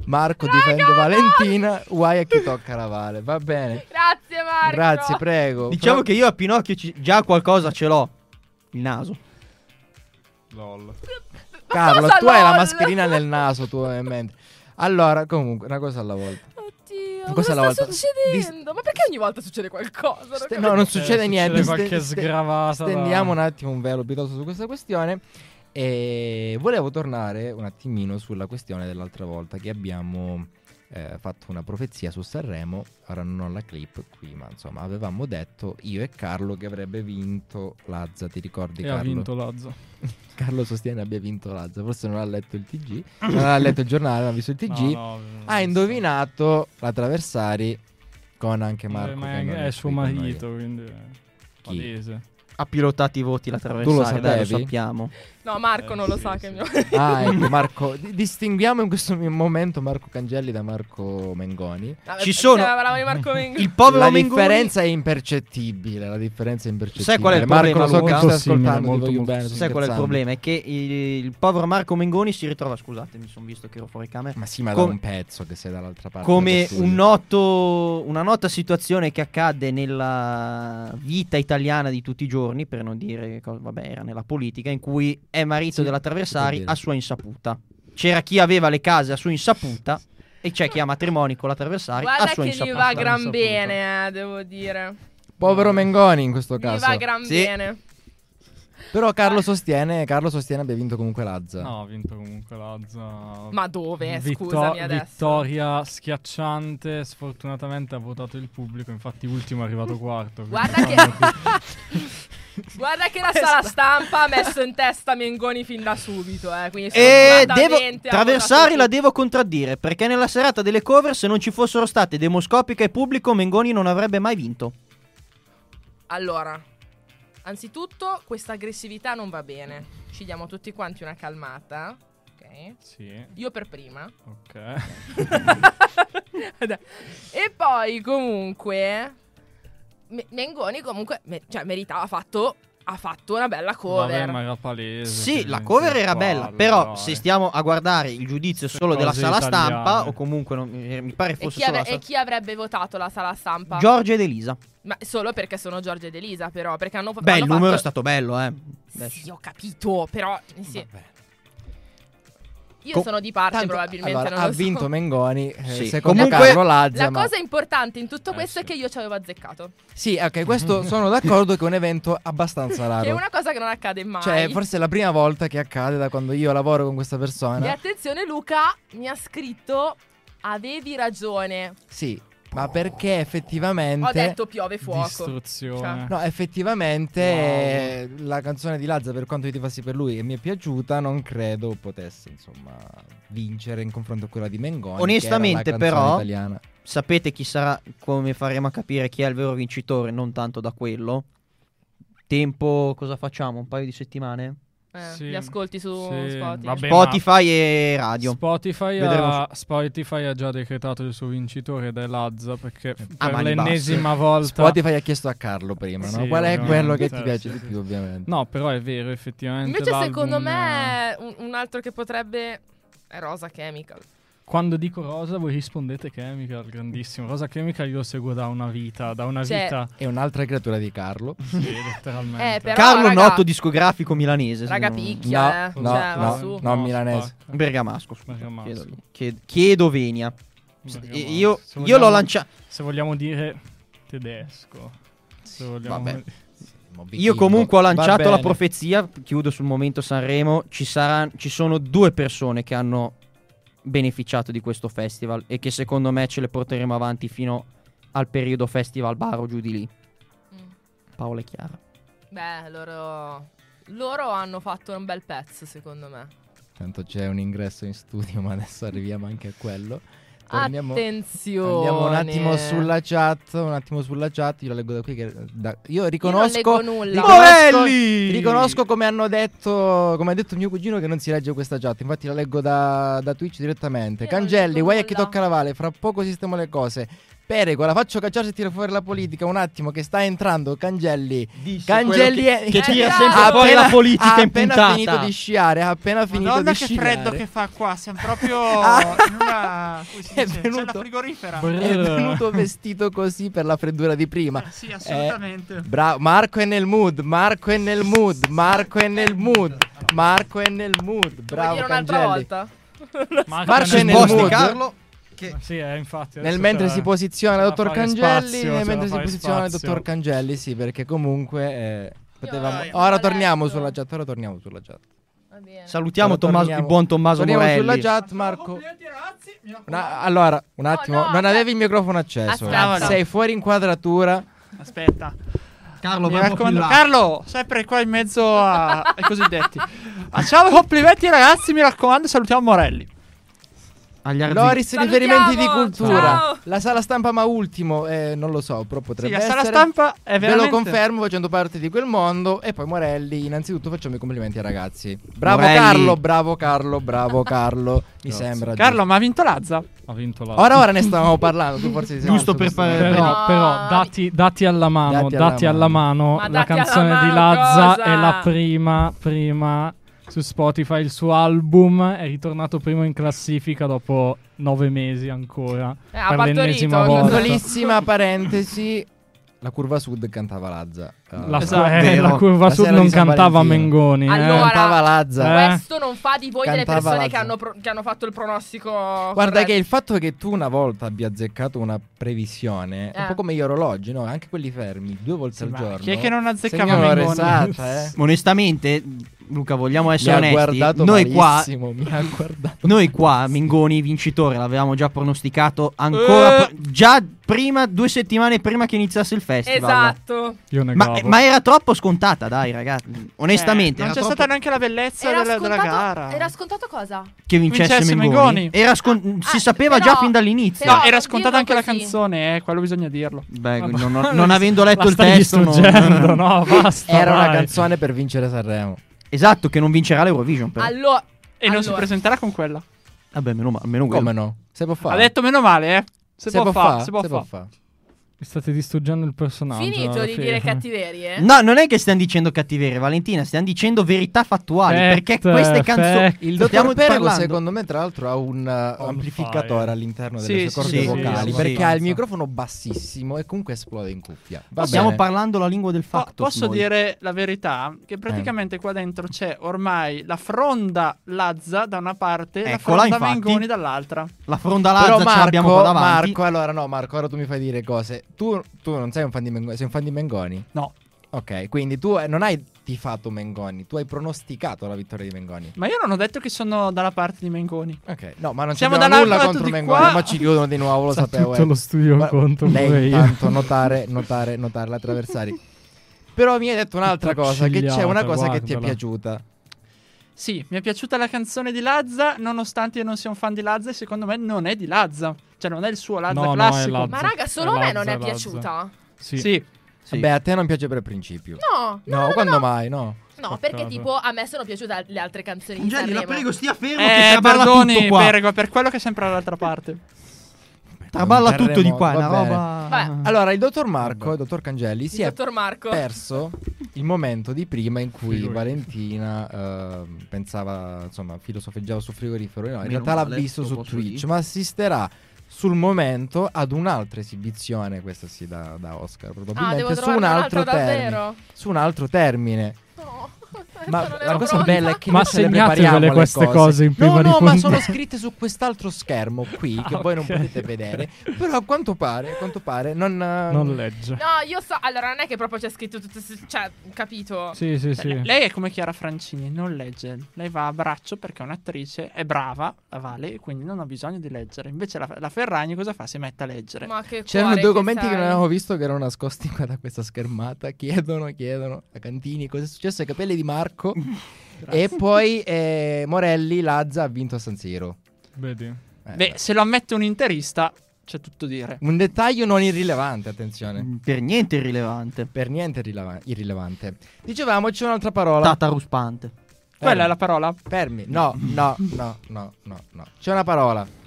Speaker 1: Marco
Speaker 2: Raga,
Speaker 1: difende
Speaker 2: no!
Speaker 1: Valentina. Guai a chi tocca la Vale. Va bene.
Speaker 2: Grazie, Marco.
Speaker 1: Grazie, prego.
Speaker 3: Diciamo
Speaker 1: Però-
Speaker 3: che io a Pinocchio ci- già qualcosa ce l'ho. Il naso.
Speaker 4: LOL.
Speaker 1: Carlo,
Speaker 2: Cosa
Speaker 1: tu hai la
Speaker 2: lol?
Speaker 1: mascherina nel naso, tu hai in mente. Allora, comunque, una cosa alla volta.
Speaker 2: Oddio,
Speaker 1: Ma
Speaker 2: cosa
Speaker 1: questa è la
Speaker 2: sta
Speaker 1: volta-
Speaker 2: succedendo? Ma perché ogni volta succede qualcosa?
Speaker 1: Ste-
Speaker 2: Non
Speaker 1: no, non
Speaker 2: capisco.
Speaker 1: succede
Speaker 4: Eh, succede
Speaker 1: niente.
Speaker 4: qualche
Speaker 1: ste-
Speaker 4: sgravata da-
Speaker 1: Stendiamo un attimo un velo piuttosto su questa questione. E volevo tornare un attimino sulla questione dell'altra volta che abbiamo eh, fatto una profezia su Sanremo. Ora non ho la clip qui, ma insomma, avevamo detto io e Carlo che avrebbe vinto Lazza. Ti ricordi,
Speaker 4: E ha
Speaker 1: Carlo?
Speaker 4: vinto Lazzo.
Speaker 1: Carlo sostiene abbia vinto Lazza. Forse non ha letto il TG, non ha letto il giornale, non ha visto il TG.
Speaker 4: No, no,
Speaker 1: ha indovinato la Traversari con anche Marco.
Speaker 4: Eh,
Speaker 1: che
Speaker 4: ma è,
Speaker 1: non
Speaker 4: è suo
Speaker 1: qui con noi.
Speaker 4: marito, quindi... eh,
Speaker 1: Chi?
Speaker 4: Palese.
Speaker 3: Ha pilotato i voti la
Speaker 1: Tu lo
Speaker 3: traversata, dai, lo
Speaker 1: sapevi?
Speaker 3: sappiamo.
Speaker 2: No, Marco
Speaker 4: Eh,
Speaker 2: non lo
Speaker 4: sì,
Speaker 2: sa
Speaker 4: sì.
Speaker 2: che mio. *laughs*
Speaker 4: *laughs*
Speaker 1: Ah, ecco, Marco. di- Distinguiamo in questo mi- momento Marco Cangelli da Marco Mengoni.
Speaker 2: Vabbè,
Speaker 3: Ci sono-
Speaker 2: se Parlavamo di Marco Mengoni.
Speaker 3: *laughs* Il povero
Speaker 1: la
Speaker 3: Mengoni-
Speaker 1: differenza è impercettibile. La differenza è impercettibile.
Speaker 3: qual è il
Speaker 1: Marco,
Speaker 3: problema,
Speaker 1: lo so che
Speaker 3: Luca?
Speaker 1: stai
Speaker 4: Molto simile,
Speaker 1: ascoltando.
Speaker 4: molto,
Speaker 1: ti voglio
Speaker 4: molto
Speaker 1: bene.
Speaker 4: simile.
Speaker 1: sto
Speaker 3: Sai qual è il
Speaker 1: scherzando.
Speaker 3: problema? È che il, il povero Marco Mengoni si ritrova, scusate, mi sono visto che ero fuori camera,
Speaker 1: Ma sì, ma
Speaker 3: Com-
Speaker 1: da un pezzo che sei dall'altra parte.
Speaker 3: come
Speaker 1: dello studio.
Speaker 3: un noto, una nota situazione che accadde nella vita italiana di tutti i giorni, per non dire, co- vabbè, era nella politica, in cui è marito
Speaker 1: Sì,
Speaker 3: della Traversari
Speaker 1: si può dire.
Speaker 3: a sua insaputa. C'era chi aveva le case a sua insaputa e c'è chi ha matrimonio con la Traversari a
Speaker 2: Guarda
Speaker 3: sua
Speaker 2: che gli
Speaker 3: insaputa.
Speaker 2: va
Speaker 4: non
Speaker 2: gran
Speaker 4: so
Speaker 2: bene, eh, devo dire.
Speaker 1: Povero Mengoni in questo
Speaker 2: Gli
Speaker 1: caso.
Speaker 2: va gran
Speaker 3: Sì.
Speaker 2: bene.
Speaker 1: Però Carlo sostiene, Carlo sostiene abbia vinto comunque Lazza.
Speaker 4: No, ha vinto comunque Lazza.
Speaker 2: Ma dove?
Speaker 4: Vitto-
Speaker 2: Scusami adesso.
Speaker 4: Vittoria schiacciante. Sfortunatamente ha votato il pubblico. Infatti, ultimo è arrivato quarto. quindi
Speaker 2: Guarda che- *laughs*
Speaker 4: fanno più-
Speaker 2: Guarda che la sala stampa ha messo in testa Mengoni fin da subito, eh. Quindi
Speaker 3: E devo
Speaker 2: sfortunatamente ha
Speaker 3: traversare la
Speaker 2: votato
Speaker 3: devo contraddire perché nella serata delle cover se non ci fossero state demoscopica e pubblico Mengoni non avrebbe mai vinto.
Speaker 2: tutti. Allora, anzitutto questa aggressività non va bene. Ci diamo tutti quanti una calmata, ok?
Speaker 4: Sì,
Speaker 2: Io per prima.
Speaker 4: ok.
Speaker 2: *laughs* Dai. e poi comunque Me- Mengoni comunque me- cioè meritava ha fatto ha fatto una bella cover.
Speaker 4: Vabbè, ma era palese.
Speaker 3: Sì,
Speaker 4: che
Speaker 3: la
Speaker 4: non
Speaker 3: cover
Speaker 4: si
Speaker 3: era
Speaker 4: parla,
Speaker 3: bella, però
Speaker 4: dai.
Speaker 3: se stiamo a guardare il giudizio
Speaker 4: Queste
Speaker 3: solo della
Speaker 4: Cioè, cose
Speaker 3: sala
Speaker 4: italiane.
Speaker 3: stampa o comunque non- eh, mi pare
Speaker 2: e,
Speaker 3: fosse
Speaker 2: chi
Speaker 3: solo
Speaker 2: avre-
Speaker 3: la
Speaker 2: e
Speaker 3: sala
Speaker 2: chi avrebbe votato la sala stampa?
Speaker 3: Giorgio ed Elisa.
Speaker 2: ma solo perché sono Giorgio ed Elisa però, perché hanno
Speaker 3: Beh, il
Speaker 2: hanno
Speaker 3: numero è
Speaker 2: fatto-
Speaker 3: stato bello, eh. Adesso.
Speaker 2: Sì, ho capito, però eh, sì.
Speaker 1: Vabbè.
Speaker 2: Io
Speaker 1: Co-
Speaker 2: sono di parte
Speaker 1: Tanto-
Speaker 2: probabilmente,
Speaker 1: allora,
Speaker 2: non
Speaker 1: ha
Speaker 2: lo so.
Speaker 1: vinto Mengoni eh,
Speaker 3: Sì.
Speaker 1: secondo
Speaker 3: Comunque-
Speaker 1: Carlo Lazza
Speaker 2: La
Speaker 1: ma-
Speaker 2: cosa importante in tutto
Speaker 4: Eh,
Speaker 2: questo è
Speaker 4: sì.
Speaker 2: che io ci avevo azzeccato.
Speaker 1: sì ok
Speaker 4: *laughs*
Speaker 1: questo sono d'accordo che è un evento abbastanza
Speaker 2: Che è
Speaker 1: raro
Speaker 2: una cosa che non accade mai.
Speaker 1: cioè forse è la prima volta che accade da quando io lavoro con questa
Speaker 2: E
Speaker 1: persona
Speaker 2: attenzione, Luca mi ha scritto: Avevi ragione.
Speaker 1: sì ma perché effettivamente
Speaker 2: Ho detto piove fuoco. cioè,
Speaker 4: Distruzione.
Speaker 1: No, effettivamente eh, la canzone di Lazza, per quanto io ti fassi per lui, che mi è piaciuta, non credo potesse, insomma, vincere in confronto a quella di Mengoni. che era la
Speaker 3: Onestamente,
Speaker 1: canzone
Speaker 3: però,
Speaker 1: italiana.
Speaker 3: Sapete chi sarà, come faremo a capire chi è il vero vincitore, non tanto da quello. Tempo, cosa facciamo? Un paio di settimane?
Speaker 2: Eh,
Speaker 4: Sì.
Speaker 2: Li ascolti su
Speaker 4: Sì,
Speaker 2: Spotify.
Speaker 4: vabbè,
Speaker 3: Spotify e radio.
Speaker 4: Spotify
Speaker 3: Vedremo
Speaker 4: ha, Spotify ha già decretato il suo vincitore ed è Lazza perché f-
Speaker 3: A
Speaker 4: per
Speaker 3: mani
Speaker 4: l'ennesima volta
Speaker 1: Spotify ha chiesto a Carlo prima, no?
Speaker 4: Sì,
Speaker 1: Qual è quello che
Speaker 4: ovviamente,
Speaker 1: ti
Speaker 4: eh,
Speaker 1: piace
Speaker 4: sì,
Speaker 1: di
Speaker 4: sì,
Speaker 1: più,
Speaker 4: sì.
Speaker 1: ovviamente?
Speaker 4: No, però è vero, effettivamente
Speaker 2: Invece,
Speaker 4: l'album,
Speaker 2: secondo
Speaker 4: eh,
Speaker 2: me, un, un altro che potrebbe. È Rosa Chemical.
Speaker 4: Quando dico Rosa, voi rispondete Chemical, grandissimo. Rosa Chemical io lo seguo da una vita, da una
Speaker 2: Cioè- *laughs*
Speaker 4: vita,
Speaker 1: È un'altra creatura di Carlo.
Speaker 4: sì, letteralmente.
Speaker 2: Eh, però,
Speaker 3: Carlo
Speaker 2: raga,
Speaker 3: Notto, discografico milanese. se
Speaker 2: Raga,
Speaker 3: non-
Speaker 2: picchia, eh.
Speaker 1: no,
Speaker 2: cioè, va
Speaker 1: no,
Speaker 2: su.
Speaker 1: no, milanese.
Speaker 4: spacca.
Speaker 3: Bergamasco, scusa.
Speaker 4: Bergamasco.
Speaker 3: Chiedo, chiedo, chiedo Venia.
Speaker 4: Bergamasco.
Speaker 3: Eh, Io,
Speaker 4: Se
Speaker 3: io
Speaker 4: vogliamo-
Speaker 3: l'ho lanciato.
Speaker 4: Se vogliamo dire tedesco. Se vogliamo...
Speaker 3: Vabbè.
Speaker 1: Mo
Speaker 3: Io
Speaker 1: vichingo.
Speaker 3: comunque ho
Speaker 1: Va
Speaker 3: lanciato la
Speaker 1: bene.
Speaker 3: profezia. Chiudo sul momento Sanremo. Ci, saran- ci sono due persone che hanno beneficiato di questo festival e che secondo me ce le porteremo avanti fino al periodo festival baro giù di lì.
Speaker 2: Mm.
Speaker 3: Paola e Chiara.
Speaker 2: Beh, loro... loro hanno fatto un bel pezzo, secondo me.
Speaker 1: Tanto c'è un ingresso in studio, ma adesso arriviamo anche a quello. Torniamo,
Speaker 2: Attenzione.
Speaker 1: andiamo un attimo sulla chat. Un attimo sulla chat. Io la leggo da qui. Che da- io
Speaker 2: Io non
Speaker 1: riconosco.
Speaker 2: leggo nulla.
Speaker 1: riconosco-
Speaker 3: Morelli!
Speaker 1: Riconosco come hanno detto, come ha detto mio cugino che non si legge questa chat, infatti la leggo da, da Twitch direttamente.
Speaker 2: Io Eh, non
Speaker 1: Cangelli,
Speaker 2: leggo
Speaker 1: guai a chi
Speaker 2: nulla.
Speaker 1: tocca la valle, fra poco sistemo le cose. Perego, la faccio cacciare se tira fuori la politica un attimo che sta entrando Cangelli. Cangelli è- *laughs*
Speaker 2: che tira sempre
Speaker 3: fuori
Speaker 1: appena-
Speaker 3: la politica
Speaker 1: ha
Speaker 3: in puntata.
Speaker 1: appena finito di sciare, ha appena finito
Speaker 5: Madonna
Speaker 1: di
Speaker 5: che
Speaker 1: sciare.
Speaker 5: freddo che fa qua, siamo proprio
Speaker 1: *laughs* Ah.
Speaker 5: in una... come si
Speaker 1: È
Speaker 5: dice?
Speaker 1: venuto-
Speaker 5: C'è la frigorifera.
Speaker 1: è venuto vestito così per la freddura di prima.
Speaker 5: Eh, sì, assolutamente.
Speaker 1: Bravo, Marco è nel mood, Marco è nel mood, Marco è nel mood, Marco è nel mood.
Speaker 2: Vuoi
Speaker 1: Bravo
Speaker 2: dire un'altra
Speaker 1: Cangelli.
Speaker 2: volta?
Speaker 1: Marco è nel
Speaker 3: Sposti,
Speaker 1: mood.
Speaker 3: Carlo.
Speaker 4: Sì, eh, infatti.
Speaker 1: Nel
Speaker 4: adesso
Speaker 1: mentre
Speaker 4: c'è-
Speaker 1: si posiziona
Speaker 4: c'è
Speaker 1: il
Speaker 4: da
Speaker 1: dottor
Speaker 4: fare
Speaker 1: Cangelli,
Speaker 4: spazio, c'è
Speaker 1: nel
Speaker 4: da
Speaker 1: mentre si
Speaker 4: fare
Speaker 1: posiziona il
Speaker 4: spazio.
Speaker 1: dottor Cangelli, sì, perché comunque eh, potevamo...
Speaker 5: avevo
Speaker 1: Ora torniamo
Speaker 2: letto.
Speaker 1: sulla chat, ora torniamo sulla chat.
Speaker 2: Va bene.
Speaker 3: Salutiamo
Speaker 1: Ora
Speaker 3: Tommaso-
Speaker 1: torniamo-
Speaker 3: il buon Tommaso
Speaker 1: torniamo
Speaker 3: Morelli.
Speaker 1: sulla chat,
Speaker 5: Facciamo
Speaker 1: Marco.
Speaker 5: complimenti, ragazzi, mi raccomando.
Speaker 1: Una- allora, un attimo,
Speaker 2: no,
Speaker 1: non
Speaker 2: aspetta.
Speaker 1: avevi il microfono acceso. eh.
Speaker 2: Aspetta.
Speaker 1: Sei fuori inquadratura.
Speaker 5: Aspetta.
Speaker 3: Carlo,
Speaker 5: Mi raccomando, Carlo, sempre qua in mezzo
Speaker 1: *laughs*
Speaker 5: a- ai cosiddetti. Facciamo complimenti ragazzi, mi raccomando, salutiamo Morelli.
Speaker 3: Agli arzi-
Speaker 1: Loris,
Speaker 2: Salutiamo,
Speaker 1: riferimenti di cultura.
Speaker 2: ciao.
Speaker 1: La sala stampa, ma ultimo, eh, non lo so, però
Speaker 5: Sì,
Speaker 1: potrebbe
Speaker 5: la sala
Speaker 1: essere.
Speaker 5: stampa
Speaker 1: Ve
Speaker 5: è
Speaker 1: lo
Speaker 5: veramente...
Speaker 1: confermo facendo parte di quel mondo. E poi Morelli, innanzitutto facciamo i complimenti ai ragazzi. Bravo
Speaker 3: Morelli.
Speaker 1: Carlo, bravo Carlo, bravo Carlo. Mi
Speaker 4: Grazie.
Speaker 1: sembra.
Speaker 5: Carlo, ma ha vinto Lazza?
Speaker 4: Ha vinto la...
Speaker 1: giusto. Ora ora ne stavamo parlando, tu forse ti sei
Speaker 3: Giusto
Speaker 1: alzato
Speaker 3: per
Speaker 1: questo
Speaker 3: fare-
Speaker 1: momento.
Speaker 4: Però,
Speaker 2: No.
Speaker 4: Eh, però, dati, dati alla mano,
Speaker 1: Dati
Speaker 4: dati,
Speaker 1: alla
Speaker 4: alla mano,
Speaker 2: Ma
Speaker 4: la
Speaker 2: dati alla
Speaker 4: canzone
Speaker 2: mano
Speaker 4: di Lazza
Speaker 2: cosa?
Speaker 4: è la prima, prima su Spotify, il suo album è ritornato primo in classifica dopo nove mesi ancora,
Speaker 1: Ah.
Speaker 2: Eh, ha
Speaker 4: per
Speaker 2: partorito,
Speaker 4: l'ennesima
Speaker 2: ha
Speaker 4: volta.
Speaker 2: partorito.
Speaker 1: Piccolissima parentesi. La curva sud cantava Lazza. Eh,
Speaker 4: La,
Speaker 5: Esatto,
Speaker 4: eh,
Speaker 3: vero.
Speaker 4: la curva
Speaker 1: La
Speaker 4: sud
Speaker 1: sera di
Speaker 4: non
Speaker 1: San
Speaker 4: cantava
Speaker 1: Valentino.
Speaker 4: Mengoni. eh.
Speaker 2: Allora,
Speaker 1: cantava Lazza.
Speaker 4: Eh.
Speaker 2: Questo non fa di voi delle
Speaker 1: Cantava
Speaker 2: persone che
Speaker 1: Lazza.
Speaker 2: hanno, pro- che hanno fatto il pronostico.
Speaker 1: Guarda
Speaker 2: corretto.
Speaker 1: che il fatto che tu una volta abbia azzeccato una previsione, è un
Speaker 2: Eh.
Speaker 1: po' come gli orologi, no? Anche quelli fermi, due volte al
Speaker 5: Ma
Speaker 1: giorno.
Speaker 5: Chi è che non azzeccava
Speaker 1: Signore,
Speaker 5: Mengoni?
Speaker 1: esata, eh.
Speaker 3: Onestamente, Luca, vogliamo
Speaker 1: Mi
Speaker 3: essere
Speaker 1: ha
Speaker 3: onesti.
Speaker 1: guardato
Speaker 3: Noi qua,
Speaker 1: malissimo, mi ha guardato.
Speaker 3: noi qua, Mingoni vincitore, l'avevamo già pronosticato ancora. pr- già prima, due settimane prima che iniziasse il festival.
Speaker 2: Esatto.
Speaker 4: Io negavo.
Speaker 3: Ma,
Speaker 1: eh,
Speaker 3: ma era troppo scontata, dai, ragazzi. Onestamente,
Speaker 5: Eh,
Speaker 3: era
Speaker 5: non c'è
Speaker 3: troppo-
Speaker 5: stata neanche la bellezza
Speaker 2: Era
Speaker 5: della, della
Speaker 2: scontato-
Speaker 5: gara.
Speaker 2: Era scontato cosa?
Speaker 3: che vincesse,
Speaker 5: vincesse
Speaker 3: Mengoni.
Speaker 5: Mengoni.
Speaker 3: Era scon- si
Speaker 2: Ah,
Speaker 3: sapeva
Speaker 2: però-
Speaker 3: già fin dall'inizio.
Speaker 2: però-
Speaker 5: No, era
Speaker 2: non dirlo
Speaker 5: scontata anche la
Speaker 2: così.
Speaker 5: canzone, eh, quello bisogna dirlo.
Speaker 3: Beh,
Speaker 4: Ma-
Speaker 3: non, non- non avendo letto
Speaker 4: La
Speaker 3: il
Speaker 4: stai
Speaker 3: testo, non-
Speaker 4: distruggendo,
Speaker 3: *laughs*
Speaker 4: no, basta.
Speaker 1: Era una
Speaker 4: vai.
Speaker 1: canzone per vincere Sanremo.
Speaker 3: esatto, che non vincerà l'Eurovision. però.
Speaker 2: Allora.
Speaker 5: E non si
Speaker 2: Allora.
Speaker 5: presenterà con quella.
Speaker 3: Vabbè, meno male. Almeno quello.
Speaker 1: Come no? Se può fare.
Speaker 5: Ha detto meno male, eh. Se,
Speaker 1: se
Speaker 5: può fare, se può
Speaker 1: se
Speaker 5: fare.
Speaker 1: fare.
Speaker 4: Mi state distruggendo il personaggio.
Speaker 2: Finito
Speaker 4: alla
Speaker 2: di
Speaker 4: fine.
Speaker 1: *laughs*
Speaker 4: *laughs*
Speaker 2: dire cattiverie.
Speaker 1: Mm.
Speaker 3: No, non è che stiamo dicendo cattiverie, Valentina, stiamo dicendo verità fattuali.
Speaker 4: Fact,
Speaker 3: perché queste canzoni.
Speaker 4: fact.
Speaker 1: Il
Speaker 3: Stiamo
Speaker 1: dottor Perego,
Speaker 3: parlando-
Speaker 1: secondo me, tra l'altro, ha un eh,
Speaker 4: On
Speaker 1: amplificatore
Speaker 4: fire.
Speaker 1: all'interno
Speaker 5: Sì,
Speaker 1: delle
Speaker 5: sì,
Speaker 1: sue corde
Speaker 3: sì,
Speaker 1: vocali.
Speaker 3: sì,
Speaker 1: perché
Speaker 3: sì.
Speaker 1: ha il microfono bassissimo e comunque esplode in cuffia. Va
Speaker 3: Stiamo
Speaker 1: bene.
Speaker 3: parlando la lingua del
Speaker 5: Po-
Speaker 3: fatto.
Speaker 5: posso
Speaker 3: signori.
Speaker 5: dire la verità? Che praticamente qua dentro c'è ormai la fronda Lazza da una parte e la
Speaker 3: Eccola,
Speaker 5: fronda
Speaker 3: infatti.
Speaker 5: Mengoni dall'altra.
Speaker 3: La fronda
Speaker 1: Però
Speaker 3: Lazza ce l'abbiamo
Speaker 1: Marco,
Speaker 3: qua davanti.
Speaker 1: Marco, allora no, Marco, ora tu mi fai dire cose. Tu, tu non sei un fan di Mengoni, sei un fan di Mengoni?
Speaker 5: No.
Speaker 1: Ok, quindi tu eh, non hai tifato Mengoni, tu hai pronosticato la vittoria di Mengoni.
Speaker 5: Ma io non ho detto che sono dalla parte di Mengoni.
Speaker 1: Ok, no, ma non
Speaker 5: Siamo
Speaker 1: c'abbiamo nulla contro
Speaker 5: dall'altro lato di
Speaker 1: Mengoni,
Speaker 5: qua.
Speaker 1: ma ci chiudono di nuovo, lo
Speaker 4: Sta
Speaker 1: sapevo.
Speaker 4: tutto
Speaker 1: eh.
Speaker 4: lo studio
Speaker 1: Ma-
Speaker 4: contro pure
Speaker 1: lei
Speaker 4: io.
Speaker 1: intanto notare, notare, notare l'altra avversari. Però mi hai detto un'altra
Speaker 4: Tutta
Speaker 1: cosa, che c'è una
Speaker 4: accigliata,
Speaker 1: cosa che ti è
Speaker 4: guardala.
Speaker 1: piaciuta.
Speaker 5: Sì, mi è piaciuta la canzone di Lazza, nonostante io non sia un fan di Lazza e secondo me non è di Lazza. Cioè non è il suo Lazza
Speaker 4: No, no, è
Speaker 5: classico.
Speaker 4: Lazza.
Speaker 2: Ma raga, solo a me non
Speaker 4: Lazza,
Speaker 2: è
Speaker 4: Lazza.
Speaker 2: piaciuta.
Speaker 4: *laughs* Sì.
Speaker 5: Sì.
Speaker 3: Sì.
Speaker 1: Beh, a te non piace per principio.
Speaker 2: No, no,
Speaker 1: No,
Speaker 2: no,
Speaker 1: quando
Speaker 2: no.
Speaker 1: mai? No.
Speaker 2: No, perché
Speaker 4: Porca
Speaker 2: tipo a me sono piaciute le altre canzoni di
Speaker 3: Gelli, la
Speaker 2: Sanremo.
Speaker 3: prego, stia fermo. che
Speaker 5: Eh,
Speaker 3: traballa tutto
Speaker 5: perdoni,
Speaker 3: qua.
Speaker 5: Perego, per quello che è sempre dall'altra parte.
Speaker 3: Traballa
Speaker 1: Un
Speaker 3: tutto di qua. È
Speaker 1: terremoto,
Speaker 3: una
Speaker 1: va bene.
Speaker 3: roba.
Speaker 2: Vabbè.
Speaker 1: Allora, il dottor Marco,
Speaker 4: Vabbè.
Speaker 1: il dottor Cangelli, si
Speaker 2: Il
Speaker 1: è
Speaker 2: dottor Marco.
Speaker 1: perso il momento di prima in cui
Speaker 4: Frigorifero.
Speaker 1: Valentina ehm, pensava, insomma, filosofeggiava sul frigorifero. No, in
Speaker 6: Meno
Speaker 1: realtà l'ha
Speaker 6: male,
Speaker 1: visto
Speaker 6: lo
Speaker 1: su
Speaker 6: posso
Speaker 1: Twitch,
Speaker 6: dire.
Speaker 1: ma assisterà sul momento ad un'altra esibizione, questa sì da, da Oscar,
Speaker 2: Ah,
Speaker 1: probabilmente
Speaker 2: devo
Speaker 1: su
Speaker 2: trovare
Speaker 1: un altro, termine.
Speaker 2: davvero.
Speaker 1: Su un altro termine.
Speaker 2: *laughs* No,
Speaker 1: Ma
Speaker 2: non
Speaker 1: la
Speaker 2: ero
Speaker 1: cosa
Speaker 2: pronta.
Speaker 1: bella è che
Speaker 4: Ma
Speaker 1: noi ce le
Speaker 4: segnatevele
Speaker 1: prepariamo le
Speaker 4: queste cose in prima
Speaker 1: No,
Speaker 4: di
Speaker 1: no, ma
Speaker 4: puntata.
Speaker 1: sono scritte su quest'altro schermo qui
Speaker 4: *laughs*
Speaker 1: che voi non
Speaker 4: ok.
Speaker 1: potete vedere, però a quanto pare, a quanto pare non eh,
Speaker 4: Non legge.
Speaker 2: No, io so. Allora, non è che proprio c'è scritto tutto. s- Cioè, capito?
Speaker 4: Sì, sì, sì.
Speaker 5: L- Lei è come Chiara Francini, non legge. Lei va a braccio perché è un'attrice, è brava, la vale, e quindi non ha bisogno di leggere. Invece la, la Ferragni cosa fa? Si mette a leggere.
Speaker 2: Ma che
Speaker 1: C'erano
Speaker 2: cuore
Speaker 1: due commenti che
Speaker 2: sei.
Speaker 1: non avevo visto che erano nascosti qua da questa schermata. Chiedono, chiedono a Cantini cosa è successo ai capelli di
Speaker 5: *laughs*
Speaker 1: Marco. e poi eh, Morelli, Lazza ha vinto a San Siro.
Speaker 4: Vedi.
Speaker 1: Eh,
Speaker 5: Beh,
Speaker 1: beh.
Speaker 5: se lo ammette un interista, c'è tutto dire.
Speaker 1: Un dettaglio non irrilevante, attenzione.
Speaker 5: Mm.
Speaker 3: Mm, Per niente irrilevante.
Speaker 1: Per niente irrileva- irrilevante. Dicevamo c'è un'altra parola.
Speaker 3: Tata ruspante.
Speaker 5: Quella
Speaker 1: Fermi.
Speaker 5: è la parola.
Speaker 1: Fermi.
Speaker 5: *laughs*
Speaker 1: No, no, no, no, no, no. C'è una parola.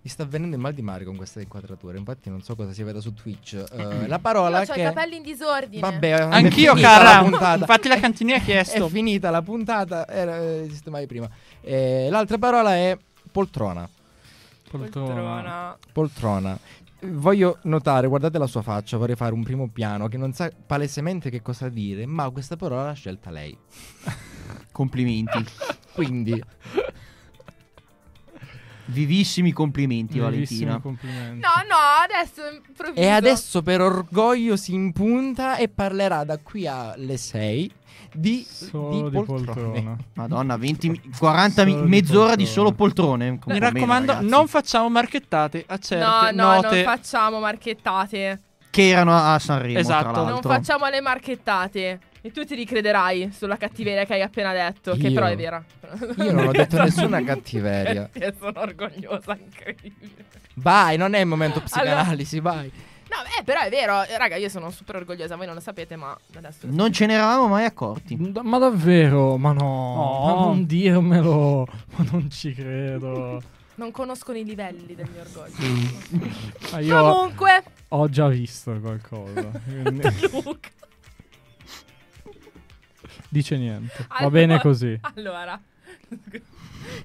Speaker 1: Mi sta avvenendo il mal di mare con queste inquadrature. Infatti, non so cosa si veda su Twitch. Eh, la parola
Speaker 2: Io ho
Speaker 1: che.
Speaker 2: i capelli in disordine.
Speaker 1: Vabbè, è
Speaker 5: Anch'io,
Speaker 1: finita la
Speaker 5: cara.
Speaker 1: puntata.
Speaker 5: Infatti la Cantini ha
Speaker 1: È
Speaker 5: chiesto.
Speaker 1: finita la puntata, era, eh, sistemavi prima. Eh, l'altra parola è poltrona.
Speaker 4: Poltrona.
Speaker 1: Poltrona. Eh, Voglio notare, guardate la sua faccia, vorrei fare un primo piano che non sa palesemente che cosa dire, ma questa parola l'ha scelta lei.
Speaker 3: Complimenti.
Speaker 2: *laughs*
Speaker 1: Quindi,
Speaker 3: Vivissimi complimenti, Valentina.
Speaker 4: Bellissimi complimenti.
Speaker 2: No, no, adesso improvviso.
Speaker 1: e adesso per orgoglio si impunta e parlerà da qui alle 6 di,
Speaker 4: Solo
Speaker 1: di
Speaker 4: di
Speaker 1: poltrone.
Speaker 4: poltrona.
Speaker 3: Madonna, 20, mi- 40, mi-
Speaker 4: Solo di
Speaker 3: mezz'ora di
Speaker 4: poltrone.
Speaker 3: solo poltrone.
Speaker 5: Mi
Speaker 3: Comunque
Speaker 5: raccomando,
Speaker 3: meno, ragazzi.
Speaker 5: non facciamo marchettate a
Speaker 2: No,
Speaker 5: certe
Speaker 2: no,
Speaker 5: note.
Speaker 2: non facciamo marchettate.
Speaker 3: Che erano a a Sanremo,
Speaker 5: Esatto.
Speaker 3: tra l'altro.
Speaker 2: Non facciamo le marchettate. E tu ti ricrederai sulla cattiveria che hai appena detto. Che
Speaker 1: Io?
Speaker 2: però è vera.
Speaker 1: Io non ho
Speaker 2: *laughs*
Speaker 1: detto nessuna cattiveria.
Speaker 2: Perché sono orgogliosa, incredibile.
Speaker 1: Vai, non è il momento psicanalisi, vai.
Speaker 2: No, eh, però è vero. Eh, Raga, io sono super orgogliosa. Voi non lo sapete, ma adesso. lo
Speaker 3: Non ce ne eravamo mai accorti.
Speaker 4: Da- Ma davvero? Ma no,
Speaker 5: No.
Speaker 4: ma non dirmelo, *laughs* ma non ci credo.
Speaker 2: sapete. Non conoscono i livelli del mio orgoglio.
Speaker 4: Ma Ah,
Speaker 1: *laughs*
Speaker 2: *laughs*
Speaker 4: io
Speaker 2: Comunque,
Speaker 4: ho già visto qualcosa.
Speaker 2: *laughs*
Speaker 4: quindi
Speaker 2: Luca.
Speaker 4: Dice niente. Va
Speaker 2: Allora-
Speaker 4: bene così.
Speaker 2: Allora, *laughs*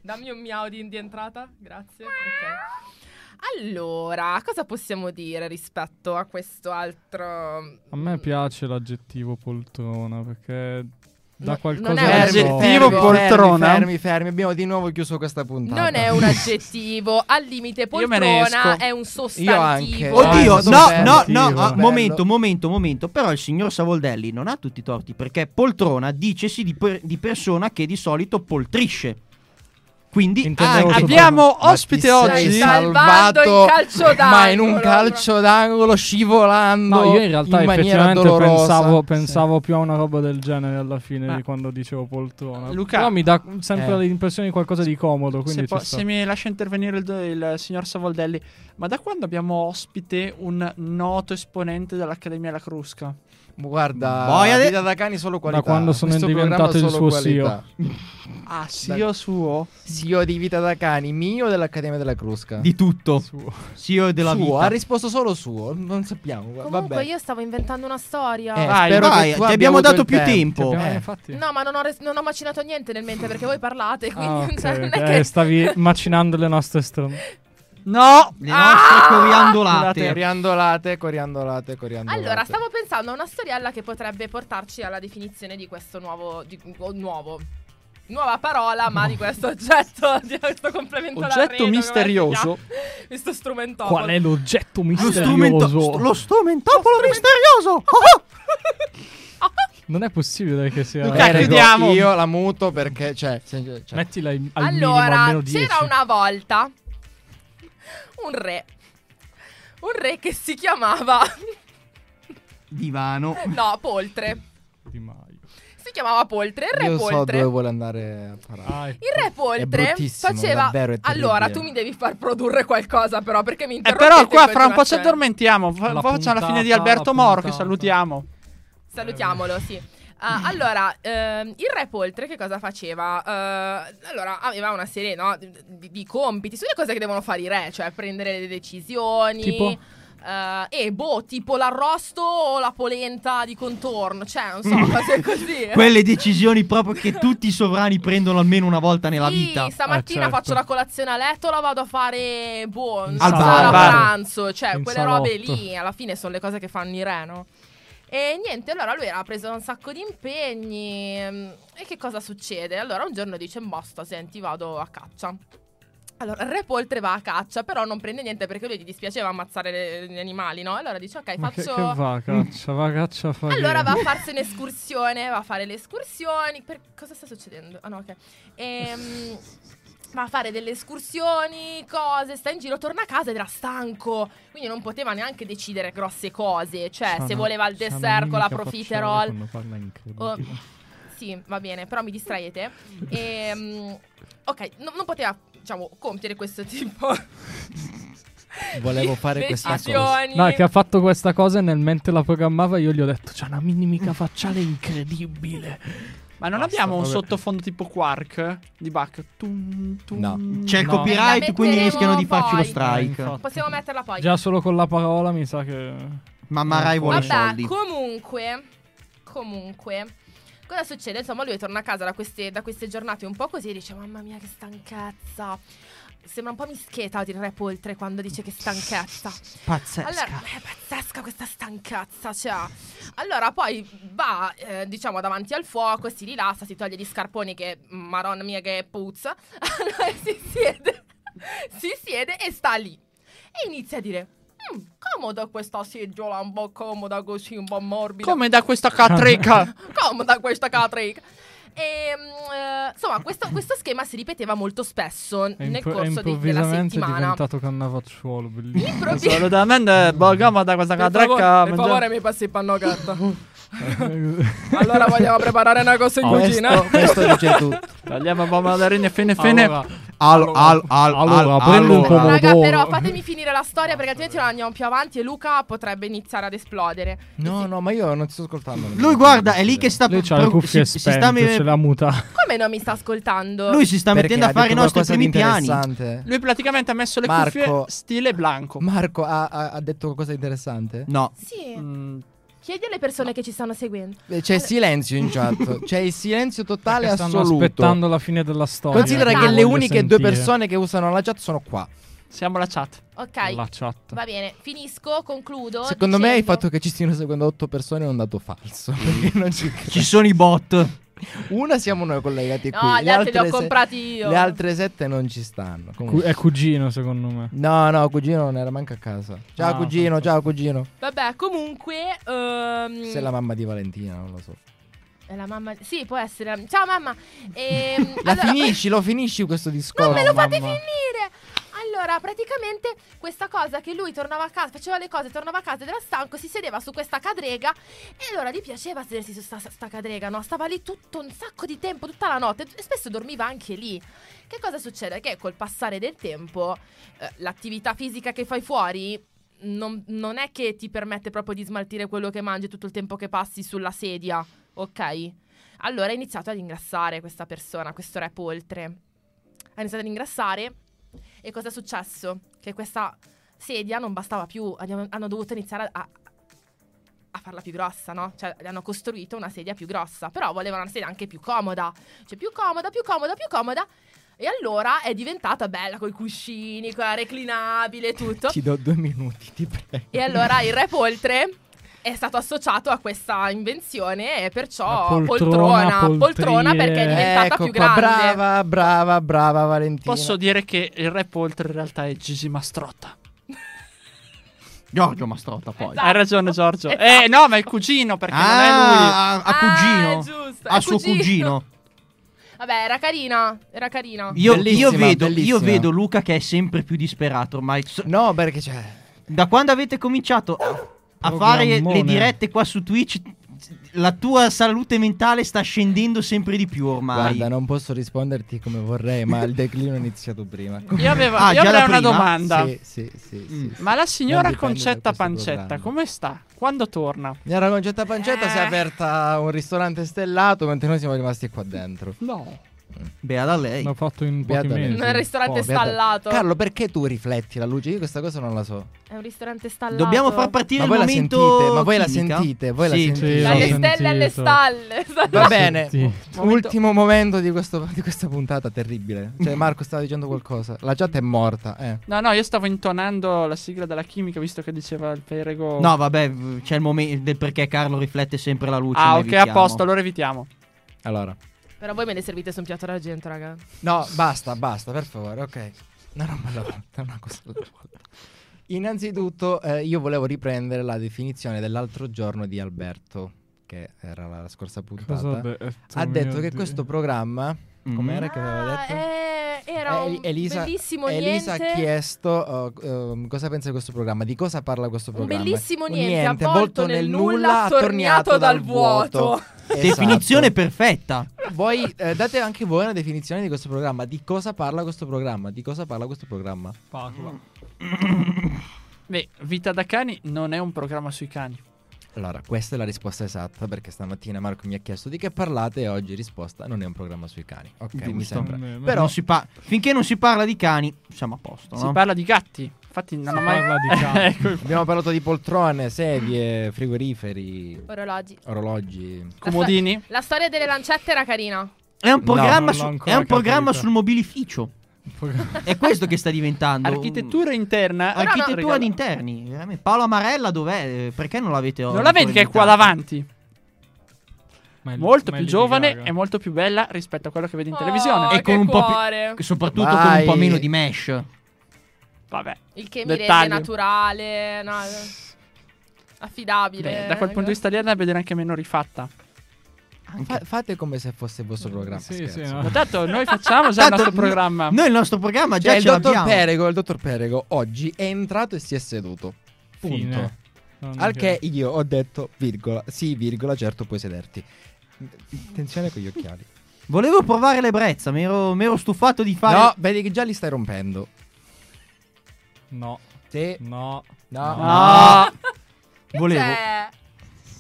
Speaker 2: dammi un miau di, di entrata, grazie. Ok. Allora, cosa possiamo dire rispetto a questo altro?
Speaker 4: A me piace l'aggettivo poltrona perché
Speaker 2: No,
Speaker 4: da qualcosa
Speaker 2: non
Speaker 4: di
Speaker 2: è un
Speaker 4: nuovo.
Speaker 5: aggettivo,
Speaker 1: Fermi,
Speaker 5: poltrona.
Speaker 1: Fermi, fermi, fermi, abbiamo di nuovo chiuso questa puntata.
Speaker 2: Non è un aggettivo, al limite
Speaker 5: Io me ne
Speaker 2: poltrona
Speaker 5: esco.
Speaker 2: è un
Speaker 1: Io anche.
Speaker 2: sostantivo.
Speaker 3: Oddio,
Speaker 1: è stato
Speaker 3: no,
Speaker 1: bello,
Speaker 3: no,
Speaker 4: sì,
Speaker 3: no,
Speaker 4: bello.
Speaker 3: ah,
Speaker 1: Bello.
Speaker 3: momento, momento, momento. Però il signor Savoldelli non ha tutti i torti perché poltrona dicesi di, per- di persona che di solito poltrisce. Quindi
Speaker 4: Intendevo
Speaker 3: anche-
Speaker 4: sopra-
Speaker 5: Abbiamo
Speaker 1: Ma ti
Speaker 5: ospite
Speaker 1: sei
Speaker 5: oggi.
Speaker 2: Dai,
Speaker 1: salvato,
Speaker 2: Cioè, salvando il
Speaker 1: *laughs*
Speaker 2: calcio
Speaker 1: ma in un
Speaker 2: d'angolo,
Speaker 1: calcio d'angolo scivolando
Speaker 4: No, io in realtà
Speaker 1: maniera
Speaker 4: effettivamente
Speaker 1: dolorosa.
Speaker 4: pensavo,
Speaker 1: Sì.
Speaker 4: pensavo più a una roba del genere alla fine
Speaker 5: Ma-
Speaker 4: di quando dicevo poltrona.
Speaker 5: Luca-
Speaker 4: Però mi dà sempre
Speaker 1: Eh.
Speaker 4: l'impressione di qualcosa di comodo, quindi
Speaker 5: Se,
Speaker 4: ci
Speaker 5: po-
Speaker 4: sta.
Speaker 5: se mi lascia intervenire il, do- il signor Savoldelli, ma da quando abbiamo ospite un noto esponente dell'Accademia La Crusca?
Speaker 1: Guarda,
Speaker 3: Boiade-
Speaker 1: vita da cani solo qualità.
Speaker 4: Da quando sono
Speaker 1: Questo
Speaker 4: diventato
Speaker 1: programma
Speaker 4: il
Speaker 1: solo
Speaker 4: suo CEO.
Speaker 1: qualità.
Speaker 5: Ah, sì, io suo?
Speaker 1: Sì, io di vita da cani, mio dell'Accademia della Crusca.
Speaker 3: di tutto.
Speaker 4: Su.
Speaker 3: Sì, io della
Speaker 1: suo,
Speaker 3: vita.
Speaker 1: ha risposto solo suo, non sappiamo. va-
Speaker 2: Comunque
Speaker 1: vabbè.
Speaker 2: io stavo inventando una storia.
Speaker 1: Eh,
Speaker 5: Vai,
Speaker 1: spero
Speaker 3: vai,
Speaker 1: che tu
Speaker 3: ti
Speaker 1: abbia
Speaker 3: abbiamo
Speaker 1: avuto
Speaker 3: dato
Speaker 1: il
Speaker 3: più
Speaker 4: Ti
Speaker 3: tempo.
Speaker 4: abbiamo-
Speaker 1: Eh.
Speaker 4: infatti.
Speaker 2: No, ma non ho, res- non ho macinato niente nel mente perché voi parlate, quindi
Speaker 4: Ah, ok,
Speaker 2: cioè, non
Speaker 4: ok.
Speaker 2: è
Speaker 4: Eh,
Speaker 2: che...
Speaker 4: stavi macinando le nostre stronze.
Speaker 5: No!
Speaker 3: Le nostre
Speaker 1: tempo.
Speaker 3: coriandolate.
Speaker 1: Coriandolate, coriandolate, coriandolate.
Speaker 2: *laughs* Allora, stavo pensando a una storiella che potrebbe portarci alla definizione di questo nuovo. Di, o nuovo. Nuova parola, ma di questo oggetto, di questo complemento
Speaker 5: Oggetto
Speaker 2: all'arredo, come si
Speaker 5: misterioso.
Speaker 2: chiama? Questo strumento.
Speaker 4: Qual è l'oggetto
Speaker 3: Lo,
Speaker 4: misterioso?
Speaker 3: strumento- lo strumentopolo misterioso.
Speaker 2: Ah,
Speaker 4: Non è possibile che sia.
Speaker 5: Luca,
Speaker 1: Eh,
Speaker 5: chiudiamo.
Speaker 1: Io la muto perché, cioè, se- cioè,
Speaker 4: Mettila in- al minimo
Speaker 2: Allora,
Speaker 4: almeno 10.
Speaker 2: c'era una volta un re. Un re che si chiamava. *laughs*
Speaker 3: Divano.
Speaker 2: No, Poltre.
Speaker 4: Di Maio.
Speaker 2: Si chiamava Poltre. Il re
Speaker 1: cioè, io so
Speaker 2: Poltre.
Speaker 1: dove vuole andare a parare.
Speaker 4: Ah, ecco.
Speaker 2: Il re Poltre
Speaker 1: bruttissimo,
Speaker 2: faceva.
Speaker 1: davvero è terribile. Eh,
Speaker 2: allora, tu mi devi far produrre qualcosa, però, perché mi
Speaker 5: E
Speaker 2: interrompete
Speaker 5: Eh, però qua
Speaker 2: in
Speaker 5: fra un po' ci
Speaker 2: continuazione.
Speaker 5: addormentiamo. Fa-
Speaker 4: La
Speaker 5: Facciamo la fine di
Speaker 4: puntata,
Speaker 5: Alberto
Speaker 4: la
Speaker 5: Moro, che
Speaker 4: puntata.
Speaker 5: salutiamo.
Speaker 2: Salutiamolo, sì. Ah, allora, ehm, il re Poltre che cosa faceva? Eh, allora, aveva una serie no, di, di compiti sulle cose che devono fare i re, cioè prendere le decisioni.
Speaker 4: Tipo?
Speaker 2: eh, eh, e boh, tipo l'arrosto o la polenta di contorno, cioè non so, cose così.
Speaker 3: Quelle decisioni proprio che tutti i sovrani prendono almeno una volta nella
Speaker 2: Sì,
Speaker 3: vita.
Speaker 2: stamattina
Speaker 4: Eh, certo.
Speaker 2: faccio la colazione a letto, la vado a fare boh, non
Speaker 3: Al
Speaker 2: so,
Speaker 3: bar.
Speaker 2: a
Speaker 3: Al
Speaker 5: bar.
Speaker 2: pranzo, cioè
Speaker 4: In
Speaker 2: quelle
Speaker 4: salotto.
Speaker 2: robe lì, alla fine sono le cose che fanno i re, no? E niente, allora lui ha preso un sacco di impegni mm, e che cosa succede? Allora un giorno dice "Basta, senti, vado a caccia". Allora, il re poltre va a caccia, però non prende niente perché lui gli dispiaceva ammazzare le- gli animali, no? Allora dice "Ok,
Speaker 4: Ma
Speaker 2: faccio
Speaker 4: che, che va, caccia, va, caccia, fa
Speaker 2: allora
Speaker 4: che-
Speaker 2: va a farsi un'escursione, va a fare le escursioni. Per... Cosa sta succedendo? Ah no, ok. Ehm, va a fare delle escursioni, cose, sta in giro, torna a casa ed era stanco. Quindi non poteva neanche decidere grosse cose. Cioè, se
Speaker 4: Sana-
Speaker 2: voleva il
Speaker 4: sana
Speaker 2: dessert con la
Speaker 4: mimica facciale
Speaker 2: profiterol. Oh,
Speaker 4: quando parla è incredibile.
Speaker 2: Sì, va bene, però mi distraete. Ehm, ok, no- non poteva, diciamo, compiere questo tipo.
Speaker 1: Volevo
Speaker 2: di
Speaker 1: fare questa cosa.
Speaker 2: decisioni.
Speaker 4: No, è che ha fatto questa cosa e nel mente la programmava io gli ho detto c'ha una minimica facciale incredibile.
Speaker 5: Ma non
Speaker 4: Basta,
Speaker 5: abbiamo un
Speaker 4: vabbè.
Speaker 5: sottofondo tipo quark eh, di Bach? Tum, tum.
Speaker 1: No.
Speaker 3: C'è il
Speaker 4: No.
Speaker 2: Eh, la
Speaker 3: copyright, quindi
Speaker 2: metteremo
Speaker 3: rischiano di farci lo
Speaker 2: poi.
Speaker 3: strike.
Speaker 4: Eh, infatti.
Speaker 2: Possiamo metterla poi.
Speaker 4: Già solo con la parola mi sa che...
Speaker 3: Mamma Rai vuole
Speaker 2: Vabbè,
Speaker 3: soldi.
Speaker 2: comunque, comunque, cosa succede? Insomma, lui torna a casa da queste, da queste giornate un po' così e dice: Mamma mia, che stanchezza. Sembra un po' mischieta dire re poltre quando dice che stanchezza.
Speaker 3: Pazzesca.
Speaker 2: Allora, è pazzesca questa stanchezza, cioè. Allora, poi va, eh, diciamo, davanti al fuoco, si rilassa, si toglie gli scarponi che, maronna mia, che puzza. *laughs* Allora, si siede, si siede e sta lì. E inizia a dire, "Mm, comoda questa seggiola, un po' comoda così, un po' morbida.
Speaker 5: Come da
Speaker 2: *laughs*
Speaker 5: questa catrica?
Speaker 2: comoda questa catrica. E, mm, eh, insomma, questo, questo schema si ripeteva molto spesso
Speaker 4: È
Speaker 2: nel
Speaker 4: impro- è
Speaker 2: corso di- della
Speaker 4: improvvisamente è
Speaker 2: settimana.
Speaker 4: diventato cannavacciuolo,
Speaker 1: *laughs*
Speaker 4: bellissimo.
Speaker 2: Improvvis-
Speaker 5: Solo da me, boh, come da
Speaker 2: *laughs*
Speaker 5: questa
Speaker 2: Per
Speaker 5: catrica.
Speaker 2: favore- per favore mi passi il pannocarta.
Speaker 4: Eh,
Speaker 2: Allora vogliamo preparare una cosa in cucina?
Speaker 3: questo, questo dice tutto.
Speaker 4: *laughs*
Speaker 5: Tagliamo pomodorini fine fine.
Speaker 4: allora,
Speaker 3: Al, al, al,
Speaker 4: Allora,
Speaker 3: al,
Speaker 4: prendo un
Speaker 3: allora.
Speaker 4: pomodoro.
Speaker 2: Raga, però fatemi finire la storia perché altrimenti non andiamo più avanti e Luca potrebbe iniziare ad esplodere.
Speaker 1: No, no, ma io non ti sto ascoltando.
Speaker 3: Lui guarda, è lì che sta
Speaker 4: Lei c'ha le
Speaker 3: pro-
Speaker 4: cuffie
Speaker 3: si, si
Speaker 4: spente,
Speaker 3: sta me-
Speaker 4: ce l'ha muta.
Speaker 2: Come non mi sta ascoltando?
Speaker 3: Lui si sta mettendo a fare i nostri primi piani.
Speaker 5: Lui praticamente ha messo le
Speaker 1: Marco.
Speaker 5: cuffie stile blanco.
Speaker 1: Marco ha, ha- ha detto qualcosa di interessante?
Speaker 3: No.
Speaker 2: Sì,
Speaker 5: Mm,
Speaker 2: chiedi alle persone che ci stanno seguendo.
Speaker 1: Eh, C'è silenzio in *laughs* chat. C'è il silenzio totale
Speaker 4: Perché *laughs* stanno
Speaker 1: assoluto.
Speaker 4: aspettando la fine della storia.
Speaker 1: Considera
Speaker 2: Voglio
Speaker 1: che le
Speaker 4: Voglio
Speaker 1: uniche due
Speaker 4: sentire
Speaker 1: persone che usano la chat sono qua.
Speaker 5: siamo la chat.
Speaker 2: Ok,
Speaker 4: La chat.
Speaker 2: va bene, finisco, concludo.
Speaker 1: Secondo me il
Speaker 2: dicendo-
Speaker 1: fatto che ci stiano seguendo otto persone è un dato falso. *laughs* Perché non ci credo.
Speaker 3: Ci sono i bot.
Speaker 1: Una siamo noi collegati qui.
Speaker 2: No, gli altri li ho
Speaker 1: se-
Speaker 2: comprati io.
Speaker 1: Le altre sette non ci stanno.
Speaker 4: Cu-
Speaker 1: Comunque.
Speaker 4: è cugino secondo me.
Speaker 1: No, no, cugino non era manca a casa. Ciao
Speaker 4: Ah,
Speaker 1: cugino,
Speaker 4: fantastico.
Speaker 1: ciao cugino.
Speaker 2: Vabbè, comunque... ehm,
Speaker 1: Se è la mamma di Valentina, non lo so.
Speaker 2: è la mamma... Sì, può essere... Ciao mamma! Ehm,
Speaker 1: La
Speaker 2: allora-
Speaker 1: finisci, lo finisci questo discorso.
Speaker 2: Non me lo
Speaker 1: mamma.
Speaker 2: fate finire! Allora, praticamente questa cosa che lui tornava a casa, faceva le cose, tornava a casa ed era stanco, si sedeva su questa cadrega e allora gli piaceva sedersi su sta, sta cadrega, no? Stava lì tutto un sacco di tempo, tutta la notte e spesso dormiva anche lì. Che cosa succede? Che col passare del tempo eh, l'attività fisica che fai fuori non, non è che ti permette proprio di smaltire quello che mangi tutto il tempo che passi sulla sedia, ok? Allora ha iniziato ad ingrassare questa persona, questo re poltre. Ha iniziato ad ingrassare e cosa è successo? Che questa sedia non bastava più, abbiamo- hanno dovuto iniziare a, a farla più grossa, no? Cioè le hanno costruito una sedia più grossa, però volevano una sedia anche più comoda, cioè più comoda, più comoda, più comoda. E allora è diventata bella con i cuscini, con la reclinabile e tutto.
Speaker 1: Ti do due minuti, ti prego.
Speaker 2: E allora il re poltre è stato associato a questa invenzione e perciò
Speaker 4: La
Speaker 2: poltrona,
Speaker 4: poltrona,
Speaker 2: poltrona,
Speaker 4: poltrie.
Speaker 2: perché è diventata
Speaker 1: ecco
Speaker 2: più
Speaker 1: qua,
Speaker 2: grande.
Speaker 1: brava, brava, brava Valentina.
Speaker 5: Posso dire che il rap oltre in realtà è Gigi Mastrotta.
Speaker 3: Giorgio Mastrotta poi.
Speaker 2: Esatto.
Speaker 5: Hai ragione Giorgio.
Speaker 2: Esatto.
Speaker 5: Eh no, ma è il cugino perché non è
Speaker 3: Ah, a, a
Speaker 2: Ah,
Speaker 3: cugino.
Speaker 2: giusto,
Speaker 3: a
Speaker 2: è
Speaker 3: suo cugino.
Speaker 2: Vabbè, era carina, era carina.
Speaker 3: Io,
Speaker 1: Bellissima,
Speaker 3: io vedo,
Speaker 1: bellissima.
Speaker 3: io vedo Luca che è sempre più disperato ormai. S-
Speaker 1: No, perché c'è.
Speaker 3: Da quando avete cominciato a, a fare
Speaker 4: Programmone.
Speaker 3: le dirette qua su Twitch, la tua salute mentale sta scendendo sempre di più ormai.
Speaker 1: Guarda, non posso risponderti come vorrei, ma il declino è iniziato prima.
Speaker 5: lui. Io, avevo,
Speaker 3: Ah,
Speaker 5: io
Speaker 3: già
Speaker 5: avrei
Speaker 3: da
Speaker 5: una
Speaker 3: prima?
Speaker 5: domanda.
Speaker 1: Sì, sì, sì.
Speaker 2: Mm.
Speaker 1: sì, sì.
Speaker 5: Ma la
Speaker 1: Non
Speaker 5: signora
Speaker 1: dipende da
Speaker 5: Concetta
Speaker 1: questo
Speaker 5: Pancetta
Speaker 1: programma.
Speaker 5: come sta? Quando torna?
Speaker 1: Nella Concetta Pancetta si è
Speaker 5: Eh.
Speaker 1: aperta un ristorante stellato mentre noi siamo rimasti qua dentro.
Speaker 5: No.
Speaker 3: Beata a lei.
Speaker 6: L'ho fatto in pochi
Speaker 1: Beata lei.
Speaker 6: mesi.
Speaker 2: Nel ristorante
Speaker 1: Oh, beata-
Speaker 2: stallato.
Speaker 1: Carlo, perché tu rifletti la luce? Io questa cosa non la so.
Speaker 2: È un ristorante stallato.
Speaker 3: Dobbiamo far partire
Speaker 1: Ma voi
Speaker 3: il
Speaker 1: la
Speaker 3: momento
Speaker 1: sentite? Ma voi la
Speaker 3: chimica?
Speaker 1: sentite? Voi la
Speaker 3: Sì.
Speaker 1: sentite?
Speaker 6: Sì, l'ho
Speaker 2: Dalle
Speaker 6: Io
Speaker 2: stelle alle
Speaker 6: sentito.
Speaker 2: stalle. *laughs*
Speaker 1: Va bene.
Speaker 6: Sì.
Speaker 5: Momento-
Speaker 1: Ultimo momento di, questo- di questa puntata terribile. Cioè, Marco stava dicendo qualcosa. La chat è morta. Eh.
Speaker 5: No, no, io stavo intonando la sigla della chimica visto che diceva il perego.
Speaker 3: No, vabbè, v- c'è il momento del perché Carlo riflette sempre la luce.
Speaker 5: Ah,
Speaker 3: noi
Speaker 5: ok, a
Speaker 3: evitiamo.
Speaker 5: posto, allora evitiamo.
Speaker 1: Allora.
Speaker 2: Però voi me ne servite su un piatto d'argento, raga.
Speaker 1: No, basta, basta, per favore, ok. Una roba alla volta, una cosa *laughs* alla volta. Innanzitutto, eh, io volevo riprendere la definizione dell'altro giorno di Alberto, che era la scorsa puntata.
Speaker 6: Cosa be- eh,
Speaker 1: ha
Speaker 6: mio
Speaker 1: detto che
Speaker 6: Dio. Mm-hmm.
Speaker 1: questo programma,
Speaker 3: Mm.
Speaker 1: com'era che aveva detto?
Speaker 2: eh, era
Speaker 1: Eh,
Speaker 2: un
Speaker 1: Elisa,
Speaker 2: bellissimo
Speaker 1: Elisa
Speaker 2: niente.
Speaker 1: ha chiesto oh, ehm, cosa pensa di questo programma, di cosa parla questo
Speaker 2: un
Speaker 1: programma.
Speaker 2: bellissimo
Speaker 1: Un
Speaker 2: niente, avvolto nel nulla, attorniato dal vuoto.
Speaker 1: Esatto.
Speaker 3: *laughs* Definizione perfetta.
Speaker 1: Voi eh, date anche voi una definizione di questo programma, di cosa parla questo programma, di cosa parla questo programma.
Speaker 4: Pacula.
Speaker 5: Beh, Vita da cani non è un programma sui cani.
Speaker 1: Allora, questa è la risposta esatta perché stamattina Marco mi ha chiesto di che parlate e oggi risposta non è un programma sui cani. Ok, mi
Speaker 3: Giusto.
Speaker 1: sembra.
Speaker 6: Ma- ma-
Speaker 3: Però non si pa- finché non si parla di cani, siamo a posto.
Speaker 5: Si
Speaker 3: no?
Speaker 5: parla di gatti. Infatti, non ho
Speaker 6: si
Speaker 5: mai.
Speaker 6: parla
Speaker 5: *laughs*
Speaker 6: di cani.
Speaker 5: Ecco,
Speaker 1: Abbiamo parlato di poltrone, sedie, frigoriferi,
Speaker 2: Orologi.
Speaker 1: orologi.
Speaker 5: comodini.
Speaker 2: La storia delle lancette era carina.
Speaker 3: è un programma,
Speaker 6: non l'ho
Speaker 3: su-
Speaker 6: ancora
Speaker 3: è un programma
Speaker 6: capito.
Speaker 3: sul mobilificio. È questo che sta diventando.
Speaker 5: Architettura interna.
Speaker 3: Architettura
Speaker 5: Regalo.
Speaker 3: di interni. veramente. Paolo Amarella dov'è? Eh, Perché non l'avete
Speaker 5: Non la vedi che è qua davanti?
Speaker 6: *laughs* Ma è-
Speaker 5: Molto
Speaker 6: ma è Lady
Speaker 5: più giovane
Speaker 6: Gaga.
Speaker 5: e molto più bella rispetto a quello che vedi in
Speaker 2: Oh,
Speaker 5: televisione.
Speaker 2: che
Speaker 3: E con un po' più-
Speaker 2: cuore.
Speaker 3: Soprattutto con
Speaker 1: Vai.
Speaker 3: un po' meno di mesh.
Speaker 5: Vabbè.
Speaker 2: Il che mi
Speaker 5: Dettagli.
Speaker 2: rende naturale, no, affidabile.
Speaker 5: Beh, da quel punto di vista lì andrebbe bene anche meno rifatta.
Speaker 1: Fa- fate come se fosse il vostro programma.
Speaker 6: Sì,
Speaker 1: scherzo.
Speaker 6: sì, no.
Speaker 5: Ma tanto noi facciamo
Speaker 1: *laughs*
Speaker 5: già il
Speaker 3: Tanto
Speaker 5: nostro
Speaker 3: no-
Speaker 5: programma.
Speaker 3: Noi il nostro programma già
Speaker 1: Cioè, il
Speaker 3: ce
Speaker 1: dottor,
Speaker 3: l'abbiamo.
Speaker 1: Perego, il dottor Perego oggi è entrato e si è seduto. Punto.
Speaker 6: Fine. Non
Speaker 1: Al che io ho detto, virgola, sì, virgola, certo puoi sederti. Attenzione con gli occhiali.
Speaker 3: Volevo provare l'ebbrezza, mi ero, mi ero stufato di fare.
Speaker 1: No, vedi che già li stai rompendo.
Speaker 6: No,
Speaker 1: Sì,
Speaker 6: no.
Speaker 1: no.
Speaker 3: Ah,
Speaker 2: Che
Speaker 3: volevo.
Speaker 2: c'è?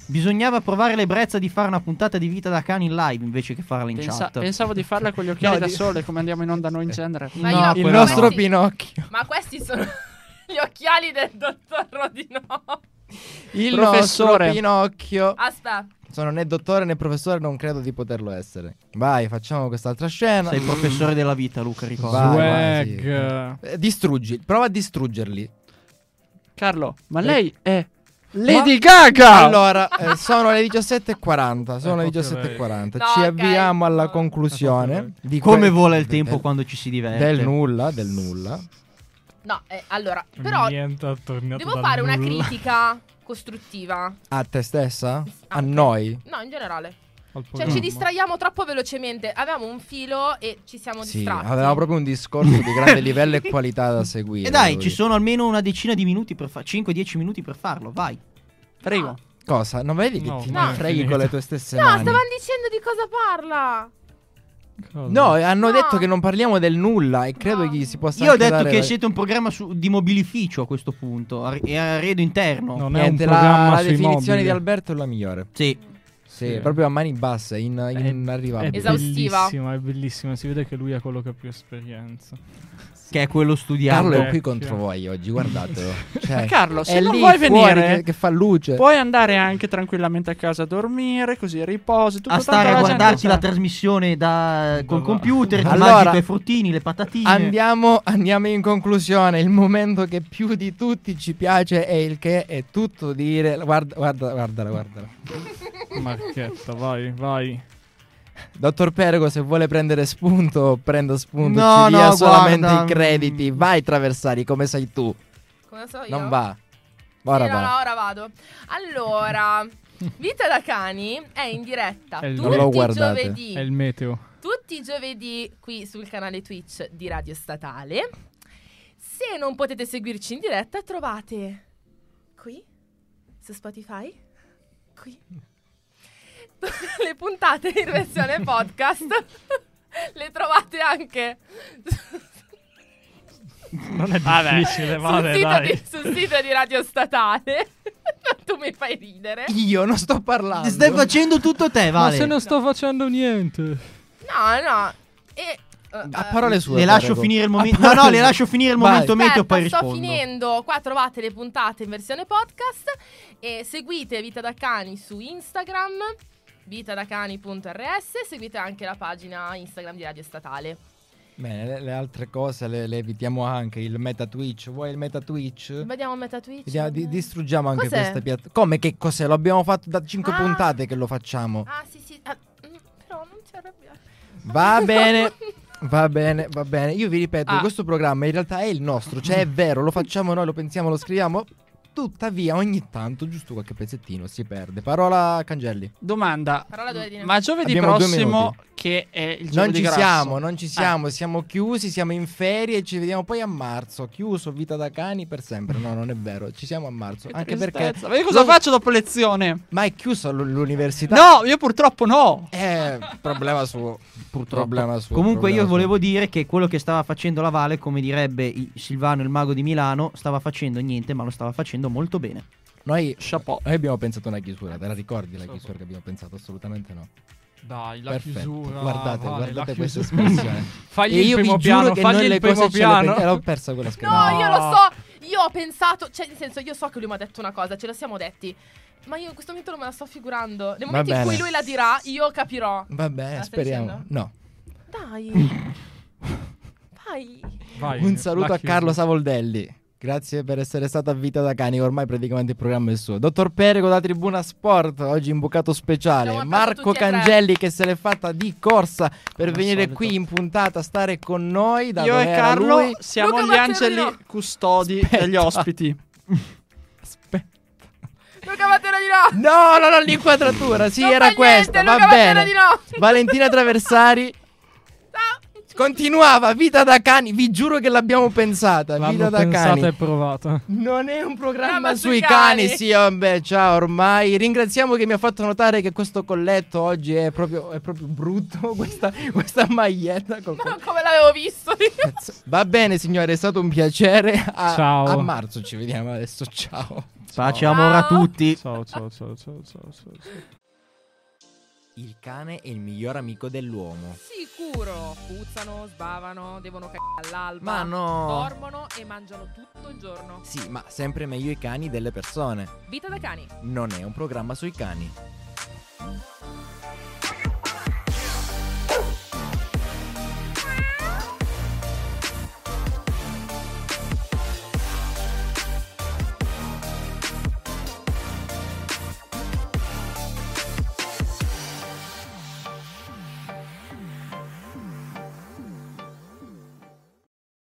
Speaker 3: Bisognava provare l'ebbrezza di fare una puntata di vita da cani in live invece che farla in
Speaker 5: Pensa-
Speaker 3: chat.
Speaker 5: pensavo di farla con gli occhiali
Speaker 1: No,
Speaker 5: da
Speaker 1: di-
Speaker 5: sole, come andiamo in onda noi in genere.
Speaker 2: Ma io-
Speaker 1: il
Speaker 6: quello
Speaker 1: nostro
Speaker 6: no.
Speaker 1: Pinocchio.
Speaker 2: Ma questi sono *laughs* gli occhiali del dottor Rodino.
Speaker 5: Il
Speaker 1: nostro
Speaker 5: professore.
Speaker 1: Pinocchio.
Speaker 2: Aspetta.
Speaker 1: Sono né dottore né professore, non credo di poterlo essere. Vai, facciamo quest'altra scena.
Speaker 3: Sei il professore della vita, Luca, ricorda.
Speaker 1: Vai, vai, sì.
Speaker 6: Swag.
Speaker 1: Eh, Distruggi, prova a distruggerli.
Speaker 5: Carlo, ma lei è Lady Gaga!
Speaker 1: Allora,
Speaker 3: *laughs*
Speaker 1: eh, sono le 17.40. Sono le
Speaker 6: proprio lei.
Speaker 1: 17.40.
Speaker 2: Eh, No,
Speaker 1: Ci
Speaker 2: ok.
Speaker 1: avviamo alla
Speaker 2: No.
Speaker 6: È
Speaker 1: conclusione.
Speaker 6: proprio
Speaker 1: di
Speaker 3: Come
Speaker 1: que-
Speaker 3: vola il tempo
Speaker 1: del-
Speaker 3: quando ci si diverte.
Speaker 1: Del nulla, del nulla.
Speaker 2: No, eh, allora, però
Speaker 6: Niente attorniato
Speaker 2: devo
Speaker 6: dal
Speaker 2: fare una
Speaker 6: nulla.
Speaker 2: critica costruttiva.
Speaker 1: A te stessa? A
Speaker 2: Ah, ok.
Speaker 1: noi.
Speaker 2: No, in generale.
Speaker 6: Al
Speaker 2: Cioè,
Speaker 6: programma.
Speaker 2: ci distraiamo troppo velocemente. Avevamo un filo e ci siamo
Speaker 1: Sì,
Speaker 2: distratti.
Speaker 1: avevamo proprio un discorso di grande livello e qualità
Speaker 3: *laughs*
Speaker 1: da seguire.
Speaker 3: E dai,
Speaker 1: devo
Speaker 3: ci
Speaker 1: dire.
Speaker 3: sono almeno una decina di minuti per fare. 5-10 minuti per farlo, vai.
Speaker 5: Prego.
Speaker 1: Cosa? Non vedi che
Speaker 6: No,
Speaker 1: ti
Speaker 6: no.
Speaker 1: freghi con le tue stesse
Speaker 2: No,
Speaker 1: mani?
Speaker 2: stavano dicendo di cosa parla.
Speaker 6: Cosa?
Speaker 1: No, eh, hanno
Speaker 2: No.
Speaker 1: detto che non parliamo del nulla e credo
Speaker 2: No.
Speaker 1: che si possa
Speaker 3: Io ho
Speaker 1: anche
Speaker 3: detto
Speaker 1: dare
Speaker 3: che
Speaker 1: la-
Speaker 3: siete un programma su- di mobilificio a questo punto. ar- E arredo interno.
Speaker 6: Non è un
Speaker 1: Niente, la,
Speaker 6: programma
Speaker 1: la
Speaker 6: sui
Speaker 1: definizione
Speaker 6: mobili.
Speaker 1: di Alberto è la migliore.
Speaker 3: Sì.
Speaker 1: Sì,
Speaker 6: Sì.
Speaker 1: proprio a mani basse, in, in
Speaker 6: È
Speaker 1: arrivabile.
Speaker 2: Esatto. Esaustiva.
Speaker 6: bellissima, è bellissima. Si vede che lui ha quello che ha più
Speaker 2: *laughs*
Speaker 6: esperienza.
Speaker 3: Che è quello studiato.
Speaker 1: Carlo è
Speaker 6: Ecco.
Speaker 1: qui contro voi oggi, guardatelo.
Speaker 3: *laughs*
Speaker 1: Cioè,
Speaker 5: Ma Carlo, se
Speaker 1: è
Speaker 5: non
Speaker 1: lì
Speaker 5: vuoi
Speaker 1: fuori
Speaker 5: venire,
Speaker 1: che, che fa luce.
Speaker 5: puoi andare anche tranquillamente a casa a dormire, così riposi. Tutto
Speaker 3: a
Speaker 5: tanto
Speaker 3: stare a
Speaker 5: la gente
Speaker 3: guardarci la
Speaker 5: sa.
Speaker 3: trasmissione da, col
Speaker 6: Dov'è?
Speaker 3: computer, ti
Speaker 1: Allora,
Speaker 3: mangi i tuoi fruttini, le patatine.
Speaker 1: Andiamo, andiamo in conclusione. Il momento che più di tutti ci piace è il che è tutto dire. Guarda, guarda, guardala, guardala.
Speaker 6: Marchetta, vai, vai.
Speaker 1: Dottor Perego, se vuole prendere spunto, prenda spunto.
Speaker 3: No,
Speaker 1: ci dia
Speaker 3: no,
Speaker 1: solamente
Speaker 3: guarda,
Speaker 1: i crediti.
Speaker 3: mm.
Speaker 1: Vai, traversari, come sei tu.
Speaker 2: Come so io?
Speaker 1: Non va. Ora
Speaker 2: Sì, no,
Speaker 1: va.
Speaker 2: no, ora vado. Allora, Vita da Cani è in diretta
Speaker 6: È il-
Speaker 2: tutti,
Speaker 6: Non
Speaker 1: lo
Speaker 2: i
Speaker 1: guardate.
Speaker 6: È
Speaker 2: giovedì,
Speaker 6: il meteo.
Speaker 2: tutti i giovedì qui sul canale Twitch di Radio Statale. Se non potete seguirci in diretta, trovate qui, su Spotify, qui, *laughs* le puntate in
Speaker 6: *laughs*
Speaker 2: versione podcast. Le trovate anche
Speaker 6: Non è
Speaker 5: Vabbè.
Speaker 6: difficile,
Speaker 2: sul,
Speaker 6: vale,
Speaker 2: sito
Speaker 6: dai.
Speaker 2: di, sul sito di Radio Statale. *laughs* tu mi fai ridere.
Speaker 1: Io non sto parlando.
Speaker 3: Stai facendo tutto te,
Speaker 6: Ma
Speaker 3: Vale.
Speaker 6: se non sto facendo niente.
Speaker 2: No, no. E, eh,
Speaker 1: A
Speaker 2: eh,
Speaker 1: parole sue.
Speaker 3: Le lascio
Speaker 1: prego.
Speaker 3: finire il momento.
Speaker 1: Ah,
Speaker 3: No, no,
Speaker 1: parole-
Speaker 3: le lascio finire il
Speaker 1: Vai.
Speaker 3: momento mete e
Speaker 2: Aspetta,
Speaker 3: poi
Speaker 2: sto
Speaker 3: rispondo.
Speaker 2: Eh, finendo. Qua trovate le puntate in versione podcast. E seguite Vita da Cani su Instagram, vitadacani.rs. Seguite anche la pagina Instagram di Radio Statale.
Speaker 1: Bene, le, le altre cose le, le evitiamo anche. Il meta Twitch. Vuoi il meta Twitch?
Speaker 2: Vediamo Meta Twitch.
Speaker 1: Vediamo, di- distruggiamo anche
Speaker 2: Cos'è?
Speaker 1: questa piattaforma. Come che cos'è? Lo abbiamo fatto da 5
Speaker 2: Ah.
Speaker 1: puntate che lo facciamo.
Speaker 2: Ah, sì, sì. ah, mm, però non ti arrabbiare. *laughs*
Speaker 1: Va bene. Va bene, va bene. Io vi ripeto,
Speaker 2: Ah.
Speaker 1: questo programma in realtà è il nostro, cioè è vero, lo facciamo noi, lo pensiamo, lo scriviamo. Tuttavia, ogni tanto, giusto qualche pezzettino si perde. Parola a Cangelli.
Speaker 5: Domanda.
Speaker 2: Parola dove dire.
Speaker 5: Ma giovedì
Speaker 1: Abbiamo due
Speaker 5: prossimo,
Speaker 1: minuti.
Speaker 5: che è il giorno
Speaker 1: Non
Speaker 5: di
Speaker 1: ci
Speaker 5: grasso.
Speaker 1: siamo, non
Speaker 4: Eh.
Speaker 1: ci siamo, siamo chiusi, siamo in ferie, ci vediamo poi a marzo. Chiuso, vita da cani per sempre. No, non è vero, ci siamo a marzo.
Speaker 5: Che
Speaker 1: Anche perché.
Speaker 5: tristezza. Ma io cosa
Speaker 1: Non-
Speaker 5: faccio dopo lezione?
Speaker 1: Ma è chiusa l- l'università.
Speaker 5: No, io purtroppo no.
Speaker 1: È problema suo.
Speaker 3: Purtroppo.
Speaker 1: Problema suo,
Speaker 3: Comunque,
Speaker 1: problema
Speaker 3: io
Speaker 1: suo.
Speaker 3: volevo dire che quello che stava facendo la Vale, come direbbe i- Silvano il mago di Milano, stava facendo niente, ma lo stava facendo molto bene.
Speaker 1: Noi,
Speaker 5: Chapeau.
Speaker 1: noi abbiamo pensato a una chiusura, te la ricordi la chiusura che abbiamo pensato? Assolutamente no.
Speaker 4: Dai, la
Speaker 1: Perfetto.
Speaker 4: chiusura.
Speaker 1: Guardate,
Speaker 4: vale,
Speaker 1: guardate
Speaker 4: la
Speaker 1: questa
Speaker 4: chiusura.
Speaker 1: espressione.
Speaker 4: *laughs* Fagli
Speaker 1: E
Speaker 4: il
Speaker 1: io
Speaker 4: primo
Speaker 1: vi giuro
Speaker 4: piano,
Speaker 1: che noi
Speaker 4: fagli
Speaker 1: le cose
Speaker 4: il primo
Speaker 1: ce le pen-
Speaker 4: piano.
Speaker 1: eh, l'ho persa quella schermata.
Speaker 2: No, io lo so. Io ho pensato, cioè, nel senso, io so che lui mi ha detto una cosa, ce la siamo detti. Ma io in questo momento non me la sto figurando.
Speaker 1: Va
Speaker 2: Nel momento in
Speaker 1: bene.
Speaker 2: cui lui la dirà, io capirò.
Speaker 1: Vabbè,
Speaker 2: La Ah, stai
Speaker 1: speriamo.
Speaker 2: dicendo?
Speaker 1: No. *laughs*
Speaker 2: Dai. Vai.
Speaker 4: Vai,
Speaker 1: Un
Speaker 4: la
Speaker 1: saluto a
Speaker 4: chiusura.
Speaker 1: Carlo Savoldelli. Grazie per essere stato a Vita da Cani, ormai praticamente il programma è suo. Dottor Perego da Tribuna Sport, oggi in bucato
Speaker 2: Siamo a
Speaker 1: speciale.
Speaker 2: casa
Speaker 1: Marco
Speaker 2: tutti e tre.
Speaker 1: Cangelli che se l'è fatta di corsa per
Speaker 3: Come al
Speaker 1: venire
Speaker 3: solito.
Speaker 1: qui in puntata a stare con noi. Da
Speaker 5: Io
Speaker 1: dove
Speaker 5: e
Speaker 1: era
Speaker 5: Carlo
Speaker 1: lui.
Speaker 5: siamo
Speaker 2: Luca
Speaker 5: gli
Speaker 2: Matteoli
Speaker 5: angeli
Speaker 2: no.
Speaker 5: custodi
Speaker 1: Aspetta.
Speaker 5: degli ospiti.
Speaker 1: Aspetta.
Speaker 2: Luca Matera di no.
Speaker 1: No, no, no, l'inquadratura. Sì,
Speaker 2: Non fa
Speaker 1: era
Speaker 2: niente,
Speaker 1: questa.
Speaker 2: Luca
Speaker 1: va
Speaker 2: Matera
Speaker 1: bene.
Speaker 2: di no. *laughs*
Speaker 1: Valentina Traversari
Speaker 2: Ciao.
Speaker 1: continuava. Vita da cani. Vi giuro che l'abbiamo pensata.
Speaker 6: L'hanno
Speaker 1: Vita da
Speaker 6: pensata
Speaker 1: cani.
Speaker 6: e provata.
Speaker 1: Non è un programma
Speaker 2: Programma sui
Speaker 1: sui cani.
Speaker 2: cani.
Speaker 1: Sì, vabbè, ciao ormai. Ringraziamo che mi ha fatto notare che questo colletto oggi è proprio, è proprio brutto. *laughs* Questa, questa maglietta. col-
Speaker 2: Ma non *laughs* come l'avevo visto. *laughs*
Speaker 1: Va bene, signore, è stato un piacere. A,
Speaker 6: Ciao.
Speaker 1: a marzo ci vediamo adesso. *laughs* Ciao.
Speaker 3: Pace e amore a
Speaker 2: Ciao.
Speaker 3: tutti.
Speaker 6: Ciao, ciao, ciao, ciao, ciao, ciao. ciao.
Speaker 1: Il cane è il miglior amico dell'uomo.
Speaker 2: Sicuro. Puzzano, sbavano, devono cagare all'alba.
Speaker 1: Ma no.
Speaker 2: Dormono e mangiano tutto il giorno.
Speaker 1: Sì, ma sempre meglio i cani delle persone.
Speaker 2: Vita da cani.
Speaker 1: Non è un programma sui cani.